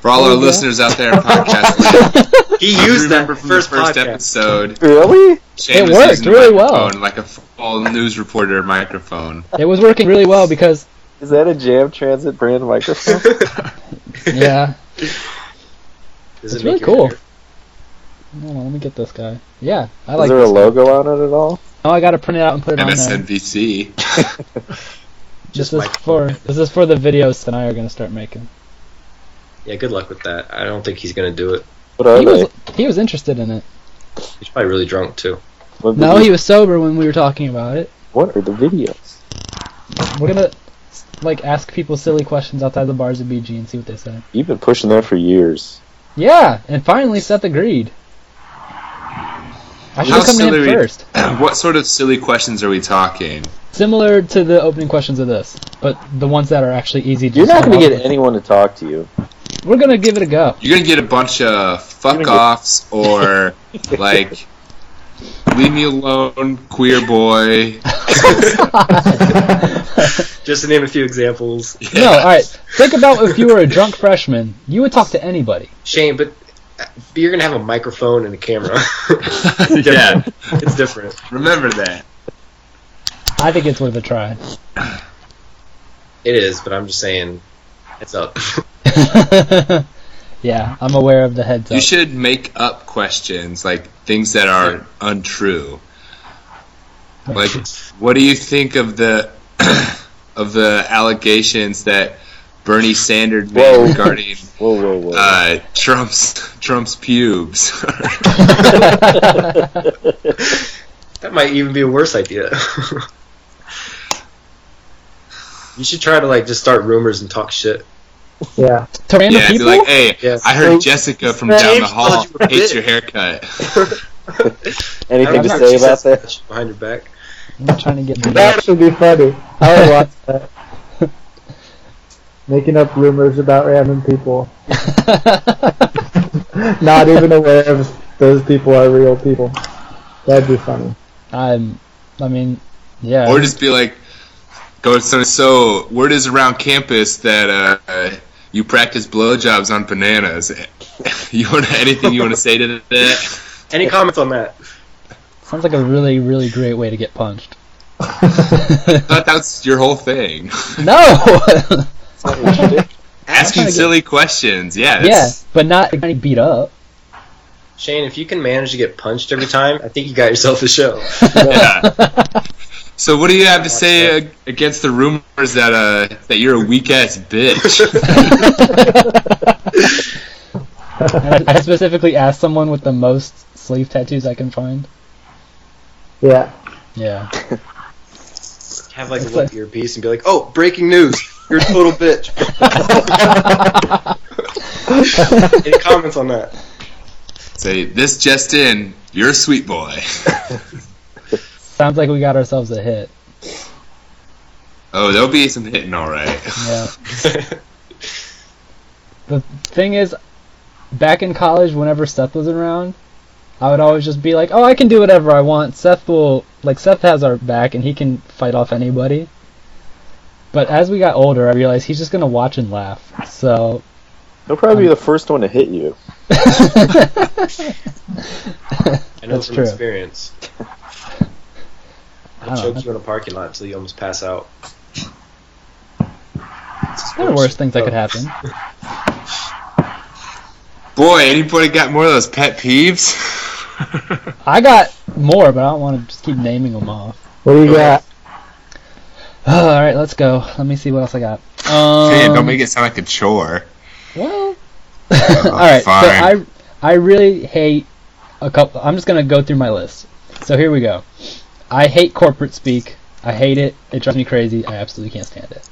For all our Oh, yeah. listeners out there in podcast land, he I used that remember from first, the first podcast. episode. Really? Shane It was worked using a really well. microphone, Like a full news reporter microphone. It was working really well because Is that a Jam Transit brand microphone? yeah. Does It's it make really you cool. better? Hold on, let me get this guy. Yeah, I Is like there a this. logo on it at all? Now I gotta print it out and put it on there. MSNBC. This Just is for microphone. this is for the videos that I are gonna start making. Yeah, good luck with that. I don't think he's gonna do it. What are He they? was he was interested in it. He's probably really drunk too. What No, video- he was sober when we were talking about it. What are the videos? We're gonna like ask people silly questions outside the bars of BG and see what they say. You've been pushing that for years. Yeah, and finally Seth agreed. I should have come to him silly. first. what sort of silly questions are we talking? Similar to the opening questions of this, but the ones that are actually easy. to You're not come up going to get with. anyone to talk to you. We're gonna give it a go. You're gonna get a bunch of You're fuck gonna get- offs or like leave me alone, queer boy. Just to name a few examples. No, all right. Think about if you were a drunk freshman, you would talk to anybody. Shane, but uh, you're gonna have a microphone and a camera. yeah, it's different. remember that. I think it's worth a try. It is, but I'm just saying, it's up. yeah, I'm aware of the heads You up. should make up questions like things that are untrue. Like, what do you think of the of the allegations that Bernie Sanders made Whoa. regarding Whoa, whoa, whoa. uh, Trump's Trump's pubes? That might even be a worse idea. you should try to like just start rumors and talk shit. Yeah. to random yeah, be people? like, hey, Yeah. I heard Jessica from down the hall you were a hates bitch. your haircut. Anything I'm to not- say she about said that? shit Behind your back. I'm not trying to get That should be funny. I would watch that. Making up rumors about random people. Not even aware of those people are real people. That'd be funny. I'm. I mean, yeah. Or just be like, go so so. Word is around campus that uh, you practice blowjobs on bananas. you want anything you want to say to that? Any comments on that? sounds like a really, really great way to get punched. I thought that's your whole thing. no. Asking silly questions. Yeah. yeah, that's- but not getting beat up. Shane, if you can manage to get punched every time, I think you got yourself a show. yeah. So what do you have to say uh, against the rumors that uh that you're a weak ass bitch? And I, I specifically asked someone with the most sleeve tattoos I can find. Yeah. Yeah. Have like a little earpiece and be like, "Oh, breaking news! You're a total bitch." Any comments on that? Say this just in. You're a sweet boy. Sounds like we got ourselves a hit. Oh, there'll be some hitting, all right. Yeah. the thing is, back in college, whenever Seth was around, I would always just be like, "Oh, I can do whatever I want." Seth will like Seth has our back, and he can fight off anybody. But as we got older, I realized he's just gonna watch and laugh. So He'll probably be the first one to hit you. I know That's from true. experience. I They'll don't know. choke you in a parking lot until you almost pass out. there are worse Oh. things that could happen. Boy, anybody got more of those pet peeves? I got more, but I don't want to just keep naming them off. What do you got? all right, let's go. Let me see what else I got. Um, Man, don't make it sound like a chore. Well, all right. So fine. I I really hate a couple. I'm just gonna go through my list. So here we go. I hate corporate speak. I hate it. It drives me crazy. I absolutely can't stand it.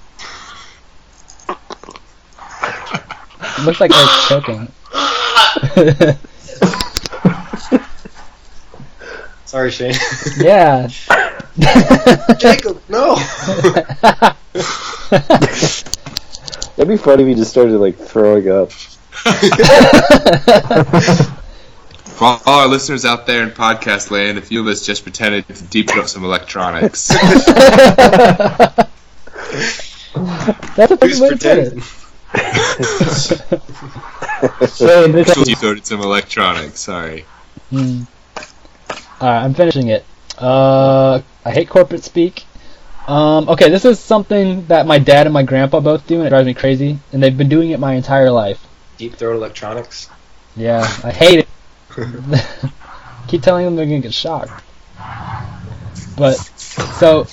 it looks like Eric's choking. Oh, Sorry, Shane. yeah. Jacob, no. That'd be funny if he just started like throwing up. For all our listeners out there in podcast land, a few of us just pretended to deep up some electronics. That's a pretty Who's way to put pretending? it. Shane, this Actually, you voted some electronics, sorry. Hmm. Alright, I'm finishing it. Uh, I hate corporate speak. Um, okay, this is something that my dad and my grandpa both do, and it drives me crazy. And they've been doing it my entire life. Deep throat electronics. Yeah, I hate it. Keep telling them they're gonna get shocked. But so,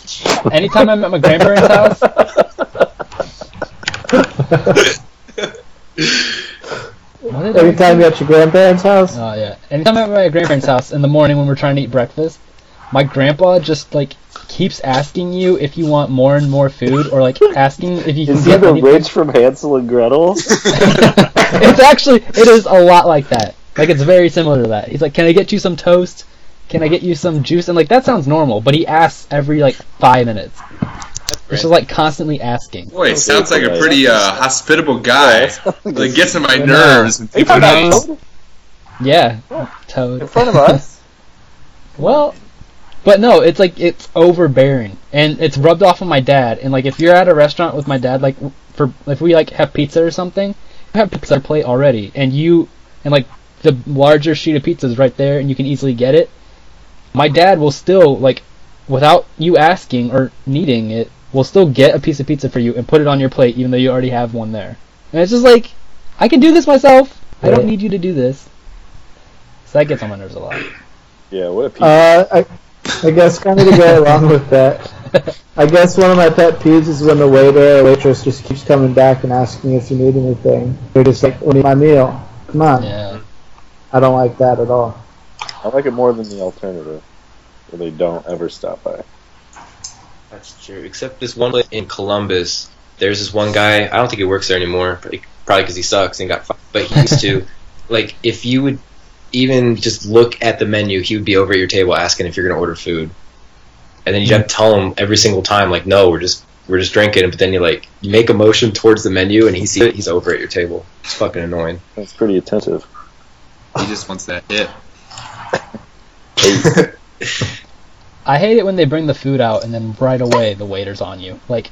anytime I'm at my grandparents' house, what did I every time you're at your grandparents' house, Oh yeah. Anytime I'm at my grandparents' house in the morning when we're trying to eat breakfast, my grandpa just like keeps asking you if you want more and more food, or like asking if you can Is he get the anything. rich from Hansel and Gretel? it's actually it is a lot like that. Like it's very similar to that. He's like, "Can I get you some toast? can I get you some juice? And like that sounds normal, but he asks every like five minutes. It's just like constantly asking. Boy, sounds like a pretty uh, hospitable guy. Like gets on my Yeah. nerves. when Are you people- talking about Toad? Yeah, In Toad. front of us? Well, but no, it's like it's overbearing, and it's rubbed off on my dad. And like, if you're at a restaurant with my dad, like for if we like have pizza or something, you have pizza on your plate already, and you and like the larger sheet of pizza is right there, and you can easily get it. My dad will still like, without you asking or needing it, will still get a piece of pizza for you and put it on your plate, even though you already have one there. And it's just like, I can do this myself. I don't need you to do this. So that gets on my nerves a lot. Yeah, what a piece. Uh, I, I guess kind of to go along with that. I guess one of my pet peeves is when the waiter or waitress just keeps coming back and asking if you need anything. They're just like, "What need my meal?" Come on, Yeah. I don't like that at all. I like it more than the alternative, where they don't ever stop by. That's true. Except this one place in Columbus, there's this one guy. I don't think he works there anymore, probably because he sucks and got fired. But he used to, like, if you would even just look at the menu, he would be over at your table asking if you're gonna order food, and then you have to tell him every single time, like, no, we're just we're just drinking. But then you like you make a motion towards the menu, and he sees it, he's over at your table. It's fucking annoying. That's pretty attentive. He just wants that hit. I hate it when they bring the food out and then right away the waiter's on you. Like,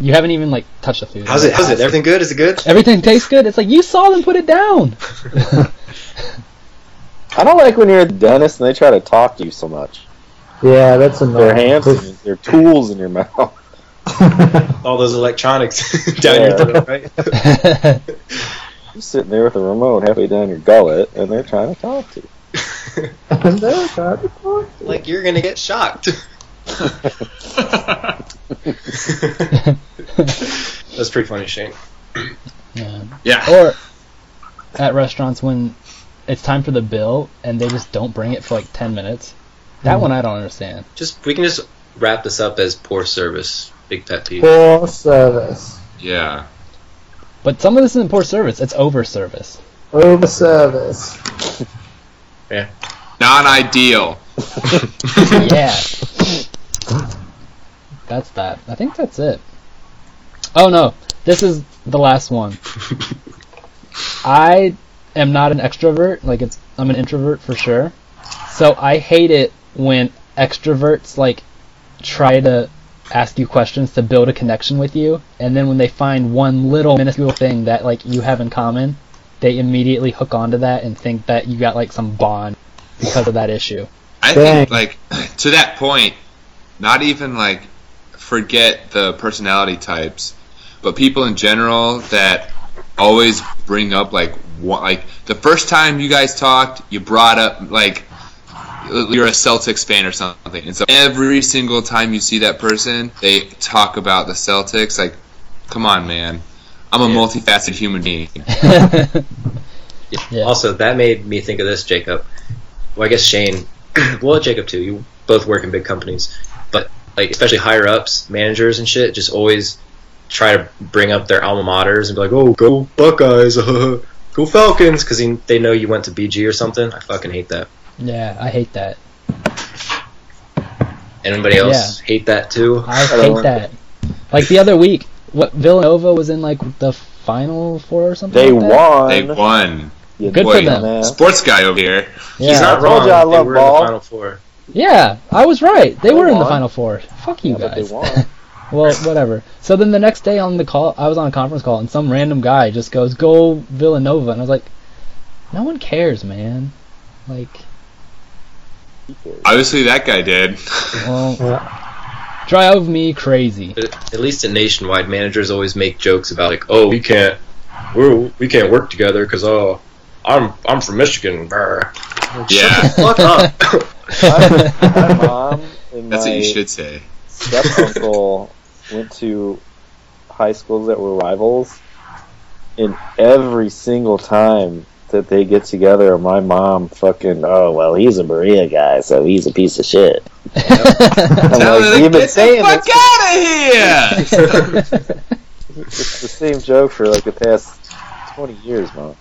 you haven't even like touched the food. How's it? How's it? Everything good? Is it good? Everything tastes good. It's like you saw them put it down. I don't like when you're at the dentist and they try to talk to you so much. Yeah, that's Their annoying. hands, and their tools in your mouth. All those electronics down Yeah. your throat, right? You're sitting there with a remote halfway down your gullet, and they're trying to talk to you. They're trying to talk. like you're gonna get shocked. That's pretty funny, Shane. Yeah. Yeah. Oh. Or at restaurants when it's time for the bill and they just don't bring it for like ten minutes. That one I don't understand. Just we can just wrap this up as poor service, big pet peeve. Full service, Yeah. But some of this isn't poor service. It's over service. over service. Not ideal. yeah. That's that. I think that's it. Oh no, this is the last one. I am not an extrovert. Like it's, I'm an introvert for sure. So I hate it when extroverts like try to ask you questions to build a connection with you, and then when they find one little minuscule thing that like you have in common, they immediately hook onto that and think that you got like some bond because of that issue. I Dang. think like to that point, not even like forget the personality types, but people in general that always bring up like what like the first time you guys talked, you brought up like you're a Celtics fan or something, and so every single time you see that person, they talk about the Celtics. Like, come on, man, I'm a multifaceted human being. Yeah. Also, that made me think of this, Jacob. Well, I guess Shane, well, Jacob too. You both work in big companies, but like especially higher ups, managers and shit, just always try to bring up their alma maters and be like, "Oh, go Buckeyes, go Falcons," because they know you went to BG or something. I fucking hate that. Yeah, I hate that. Anybody else hate that too? I don't hate like that. Like the other week, what Villanova was in like the final four or something. They like that? won. They won. You Good for dumb them. ass. Sports guy over here. Yeah, He's not I told wrong. you I they love were in ball. the final four. yeah, I was right. They, They were in the won. final four. Fuck you Yeah, but they guys. won. well, whatever. So then the next day on the call, I was on a conference call, and some random guy just goes, "Go Villanova," and I was like, "No one cares, man." Like, Obviously, that guy did. well, drive me crazy. But at least in nationwide, managers always make jokes about like, "Oh, we can't, we're, we can't work together because oh, I'm I'm from Michigan." Brr. yeah, Fuck up. My mom and that's what my you should say. step uncle went to high schools that were rivals, and every single time that they get together, my mom fucking oh well, he's a Berea guy, so he's a piece of shit. I'm Tell like, her to you've been get the saying fuck this, out of here! it's the same joke for like the past twenty years, mom.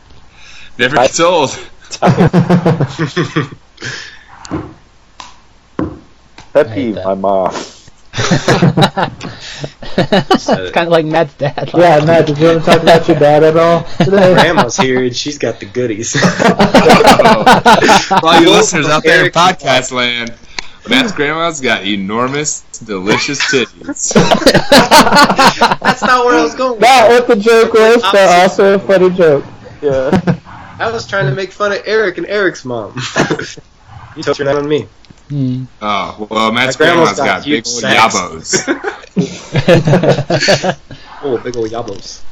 Never gets old. I Pet hate peeve, that. my mom. it's kind of like Matt's dad. Yeah, Matt, did you want to talk about your dad at all today? Grandma's here and she's got the goodies. For all you listeners out there in podcast land, Matt's grandma's got enormous, delicious titties. That's not where I was going. with Not what the joke was, but also a funny joke. Yeah. I was trying to make fun of Eric and Eric's mom. you took it out on me. Hmm. Oh, well, Matt's My grandma's grandma's got, got big huge old sacks. yabos. Oh, big ol' yabos.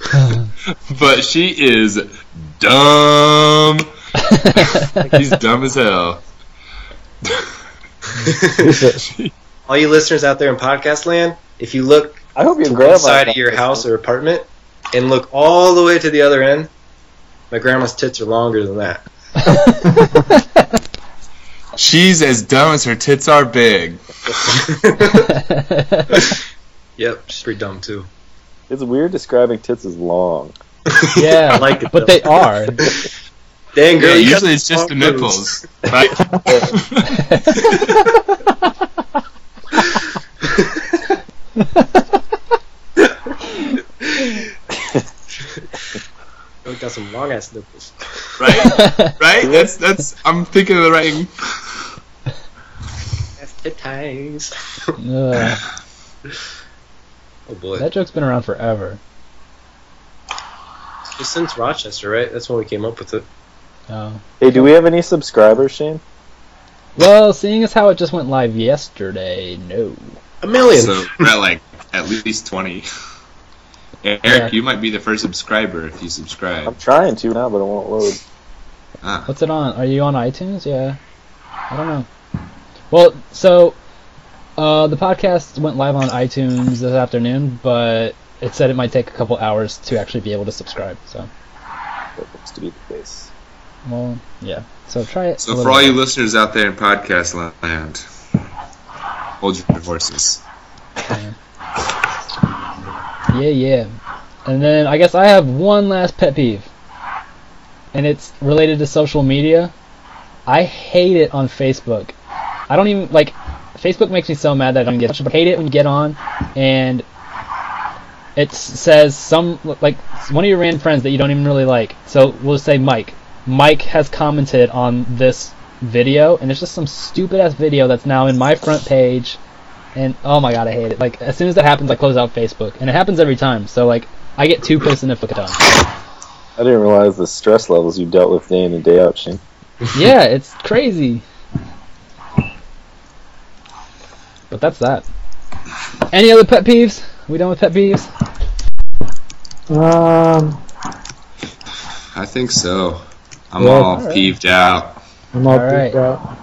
But she is dumb. She's dumb as hell. All you listeners out there in podcast land, if you look I hope your to grandma. one side of your house or apartment and look all the way to the other end, my grandma's tits are longer than that. She's as dumb as her tits are big. Yep, she's pretty dumb too. It's weird describing tits as long. yeah, I like it, but though. they are. Dang girl, Yeah, you got usually it's just the some long nipples. Right? boobs. You got some long ass nipples. right? Right? That's that's I'm thinking of the right That's tit ties. Ugh, Oh boy. that joke's been around forever. Just since Rochester, right? That's when we came up with it. Oh. Hey, do we have any subscribers, Shane? Well, seeing as how it just went live yesterday, no. A million. So we're at like at least twenty. Eric, Yeah. you might be the first subscriber if you I'm subscribe. trying to now, but it won't load. Ah. What's it on? Are you on iTunes? Yeah. I don't know. Well, so uh, the podcast went live on iTunes this afternoon, but it said it might take a couple hours to actually be able to subscribe. So, That looks to be the case. well, yeah. So try it. a So for little all bit. you listeners out there in podcast land, hold your horses. Yeah, yeah. And then I guess I have one last pet peeve. And it's related to social media. I hate it on Facebook. I don't even like Facebook makes me so mad that I don't get it. But I hate it when you get on and it s- says some like one of your random friends that you don't even really like. So we'll just say Mike. Mike has commented on this video and it's just some stupid ass video that's now in my front page and oh my god, I hate it. Like as soon as that happens, I close out Facebook, and it happens every time. So like, I get two pissed and if a done. I didn't realize the stress levels you dealt with day in and day out, Shane. yeah, it's crazy. But that's that. Any other pet peeves? We done with pet peeves? Um, I think so. I'm Yeah. all peeved out. I'm all All right. peeved out.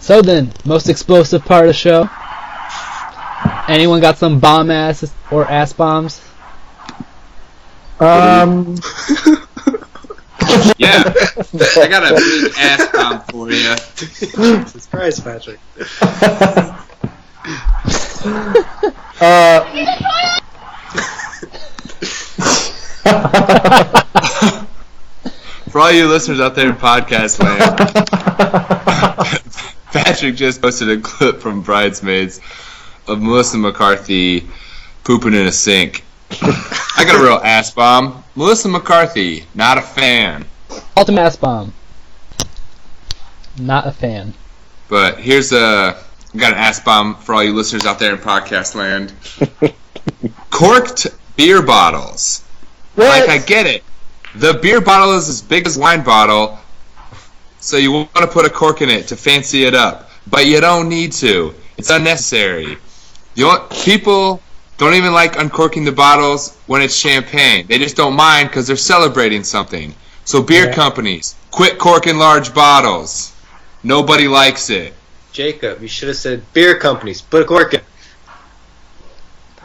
So then, most explosive part of the show. Anyone got some bomb ass or ass bombs? Um, Yeah, I got a big ass bomb for you. Surprise, Patrick. uh, For all you listeners out there in podcast land, Patrick just posted a clip from Bridesmaids of Melissa McCarthy pooping in a sink. I got a real ass bomb. Melissa McCarthy, not a fan. Ultimate ass bomb. Not a fan. But here's a I got an ass bomb for all you listeners out there in podcast land. Corked beer bottles. Like I get it. The beer bottle is as big as wine bottle, so you want to put a cork in it to fancy it up, but you don't need to. It's unnecessary. You want, people don't even like uncorking the bottles when it's champagne. They just don't mind because they're celebrating something. So beer Yeah. companies, quit corking large bottles. Nobody likes it. Jacob, you should have said beer companies. Put a cork in.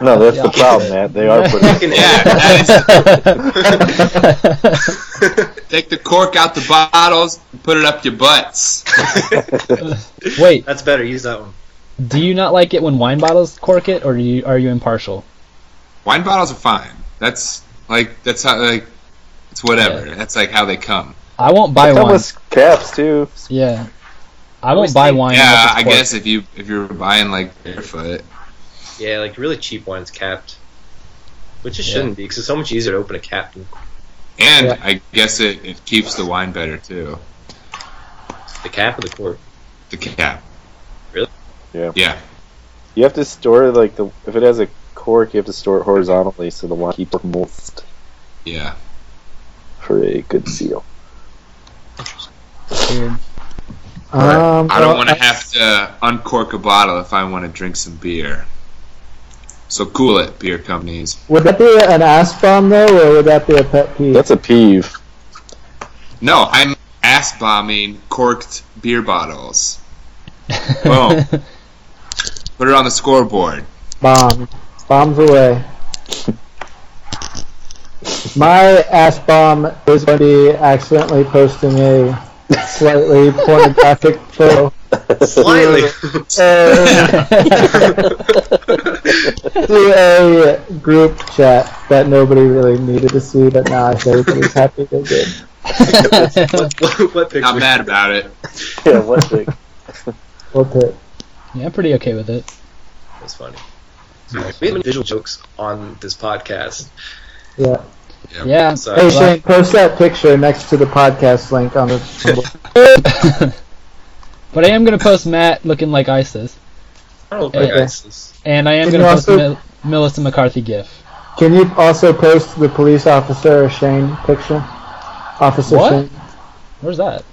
No, that's the Yeah. problem, Matt. They are pretty. Fucking Yeah, ass. that is Take the cork out the bottles and put it up your butts. Wait, That's better. Use that one. Do you not like it when wine bottles cork it, or do you, are you impartial? Wine bottles are fine. That's like that's how like it's whatever. Yeah. That's like how they come. I won't buy That one. was caps too. Yeah, I won't buy wine. Yeah, unless it's I cork. guess if you if you're buying like barefoot, Yeah, like really cheap ones capped, which it Yeah. shouldn't be because it's so much easier to open a cap. than and Yeah. I guess it, it keeps the wine better too. The cap of the cork. The cap. Really? Yeah. Yeah. You have to store like the if it has a cork, you have to store it horizontally so the wine keeps moist Yeah. for a good seal. Dude. Um, I don't well, want to have to uncork a bottle if I want to drink some beer. So cool it, beer companies. Would that be an ass bomb though, or would that be a pet peeve? That's a peeve. No, I'm ass bombing corked beer bottles. Boom. Put it on the scoreboard. bomb. Bombs away. My ass bomb is going to be accidentally posting a slightly pornographic photo. Slightly. Uh, to a group chat that nobody really needed to see, but now everybody's happy they did. what, what picture? Not mad about it. yeah, what the We'll it. yeah, I'm pretty okay with it. That's funny. We have individual jokes on this podcast. Yeah. Yeah. So Hey Well- Shane, post that picture next to the podcast link on the. but I am gonna post Matt looking like ISIS, I don't know if Yeah. I got this. and I am Can gonna you post also- a Mel- Melissa McCarthy gif. Can you also post the police officer Shane picture? Officer What? Shane. Where's that?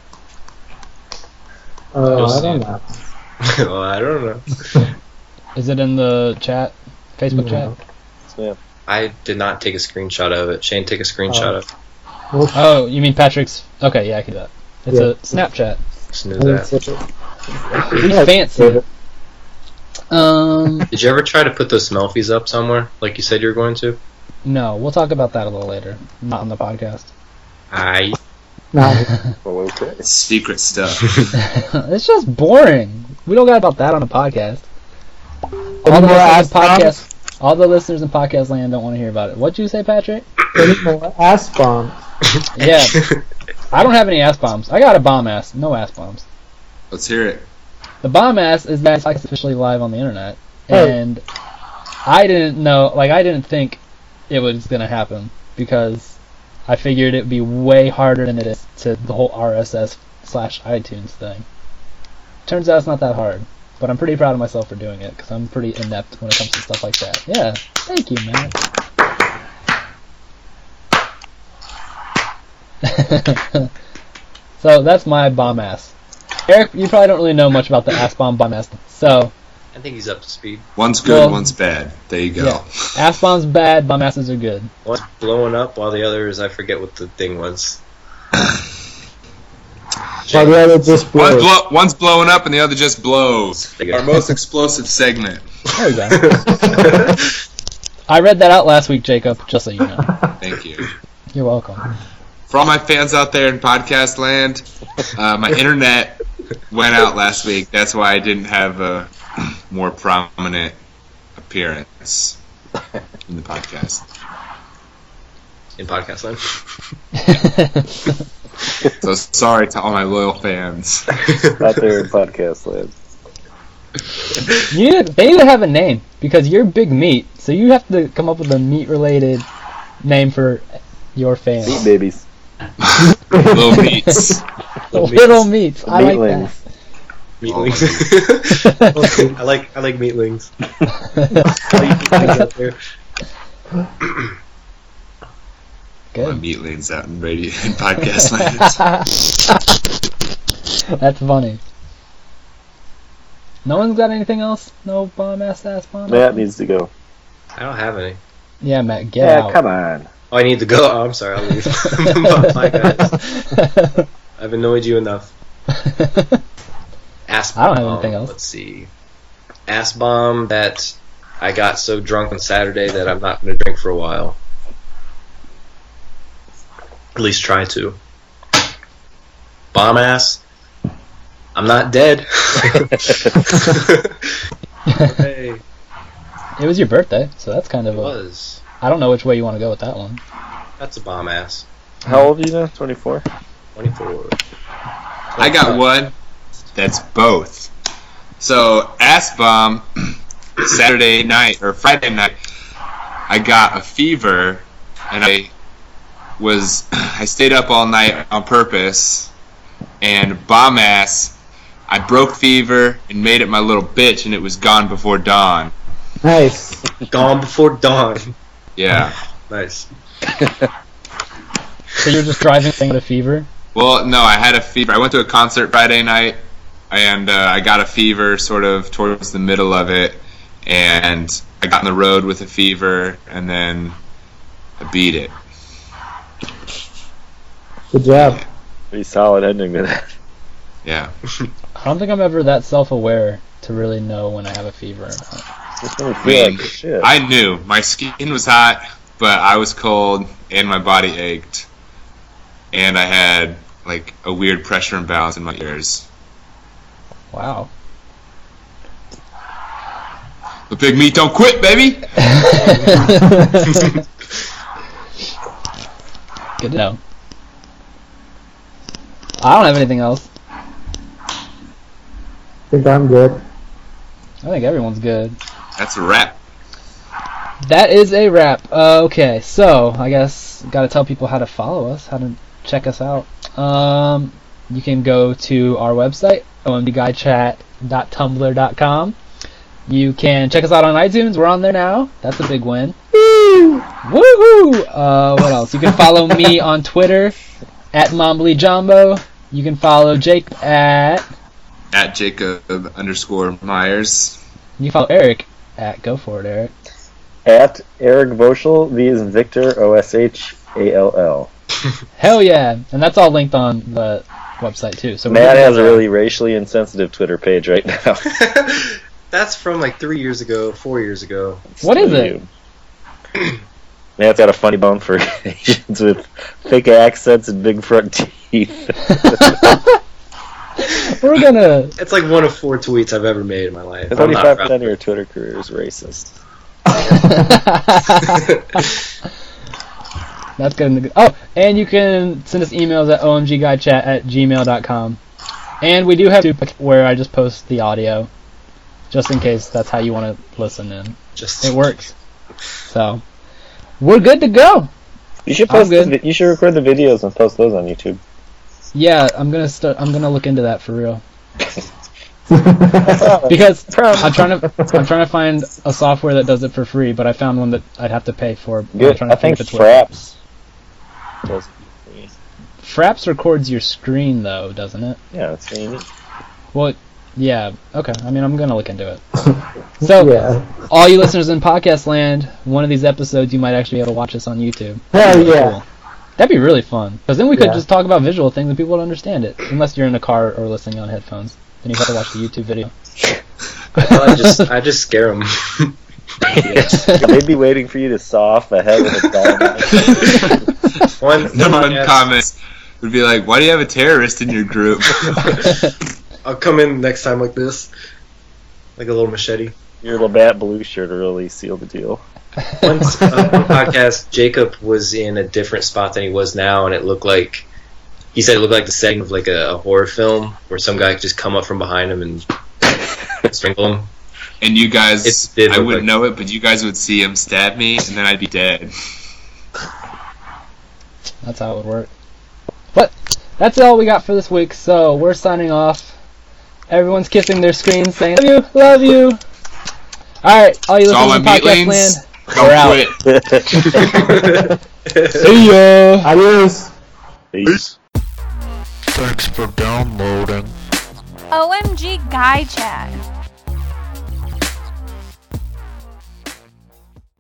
Oh, You'll I see don't it. know. well, I don't know. Is it in the chat? Facebook No. chat? I did not take a screenshot of it. Shane, take a screenshot Oh. of it. We'll sh- Oh, you mean Patrick's? Okay, yeah, I can do that. It's Yeah. a Snapchat. Snooze I didn't that. see it. We Yeah, fancy. it's- Um, Did you ever try to put those Smelfies up somewhere, like you said you were going to? no, we'll talk about that a little later. Not on the podcast. I. Not well, okay. It's secret stuff. it's just boring. We don't got about that on the podcast. Any All the more listeners in ass bombs? podcast, all the listeners in podcast land don't want to hear about it. What'd you say, Patrick? Any more ass bombs? Yeah, I don't have any ass bombs. I got a bomb ass. No ass bombs. Let's hear it. The bomb ass is that it's officially live on the internet, Hey. and I didn't know, like I didn't think it was gonna happen because I figured it'd be way harder than it is to the whole RSS slash iTunes thing. Turns out it's not that hard, but I'm pretty proud of myself for doing it because I'm pretty inept when it comes to stuff like that. Yeah, thank you, man. so that's my bomb ass. Eric, you probably don't really know much about the ass bomb bomb ass. So I think he's up to speed. One's good, Well- one's bad. There you go. Yeah. ass bombs bad, bomb asses are good. One's blowing up, while the other is I forget what the thing was. While the other just One's, blew. blow, one's blowing up and the other just blows. There you go. Our most explosive segment. There we go. I read that out last week, Jacob. Just so you know, Thank you. you're welcome. For all my fans out there in podcast land, uh, my internet went out last week. That's why I didn't have a more prominent appearance in the podcast. In podcast land. So sorry to all my loyal fans. Not there in podcast land. you need, they need to have a name because you're big meat, so you have to come up with a meat-related name for your fans. Meat babies. Little meats. Little meats. I like Meatlings. Meatlings. that. I like I like meatlings. My good. meat lanes out in radio in podcast land. That's funny. No one's got anything else? No bomb ass ass bomb? Matt needs to go. I don't have any. Yeah, Matt, get Yeah, out. come on. Oh, I need to go. Oh, I'm sorry. I'll leave. Bye, guys. I've annoyed you enough. Ass I don't have bomb. anything else. Let's see. Ass bomb that I got so drunk on Saturday that I'm not going to drink for a while. At least try to. Bomb ass. I'm not dead. hey, it it was your birthday, so that's kind of a. was. I don't know which way you want to go with that one. That's a bomb ass. How old are you now? 24? 24. I got one. That's both. So ass bomb Saturday night or Friday night, I got a fever, and I was I stayed up all night on purpose, and bomb ass. I broke fever and made it my little bitch, and it was gone before dawn. Nice. Gone before dawn. Yeah. Nice. So you're just driving with a fever. Well, no, I had a fever. I went to a concert Friday night, and uh, I got a fever sort of towards the middle of it, and I got on the road with a fever, and then I beat it. Good job. Pretty solid ending to that. Yeah. I don't think I'm ever that self-aware to really know when I have a fever. Or not. Oh, Man, good shit. I knew my skin was hot, but I was cold, and my body ached, and I had like a weird pressure imbalance in my ears. Wow. But big meat don't quit, baby. Good to know. I don't have anything else. think I'm good. I think everyone's good. That's a wrap. That is a wrap. Uh, okay, so I guess gotta tell people how to follow us, how to check us out. Um, you can go to our website, omdguychat.tumblr.com. You can check us out on iTunes. We're on there now. That's a big win. Woo! Woohoo! Uh, what else? You can follow me on Twitter at MomblyJumbo. You can follow Jake at. At Jacob underscore Myers. You can follow Eric at Go For It, Eric. At Eric Voschel, V is in Victor, O S H A L L. Hell yeah! And that's all linked on the website too. So we're Matt gonna- has a really racially insensitive Twitter page right now. That's from like three years ago, four years ago. What is it? Matt's got a funny bone for Asians with thick accents and big front teeth. We're gonna. It's like one of four tweets I've ever made in my life. I'm not Twenty-five proud. percent of your Twitter career is racist. That's good. Oh, and you can send us emails at omgguychat at gmail.com. And we do have to where I just post the audio, just in case that's how you want to listen in. Just It works. So, we're good to go. You should I'm post. The, good. vi- you should record the videos and post those on YouTube. Yeah, I'm gonna start. I'm gonna look into that for real. because I'm trying to I'm trying to find a software that does it for free, but I found one that I'd have to pay for. but I'm Good. trying to I think if it's worth it. Fraps. Does, Fraps records your screen though, doesn't it? yeah, that's what you need. Well, yeah. Okay. I mean, I'm gonna look into it. So, Yeah. all you listeners in podcast land, one of these episodes you might actually be able to watch us on YouTube. Hell yeah. That'd be really fun because then we could Yeah. just talk about visual things and people would understand it. Unless you're in a car or listening on headphones, then you have to watch the YouTube video. I just, I just scare them. They'd be waiting for you to saw off the head with a dynamite. One, The one podcast, comment would be like, "Why do you have a terrorist in your group?" I'll come in next time like this, like a little machete. Your Labatt blue shirt will really seal the deal. Once uh, on a podcast, Jacob was in a different spot than he was now, and it looked like he said it looked like the setting of like a, a horror film where some guy could just come up from behind him and strangle him. and you guys, It did I look wouldn't like- know it, but you guys would see him stab me, and then I'd be dead. That's how it would work. But that's all we got for this week. So we're signing off. Everyone's kissing their screens, saying "Love you, love you." All right, all you So all listeners my in meat podcast land. We're lanes, out. don't quit. See ya. Adios. Peace. Thanks for downloading. OMG Guy Chat.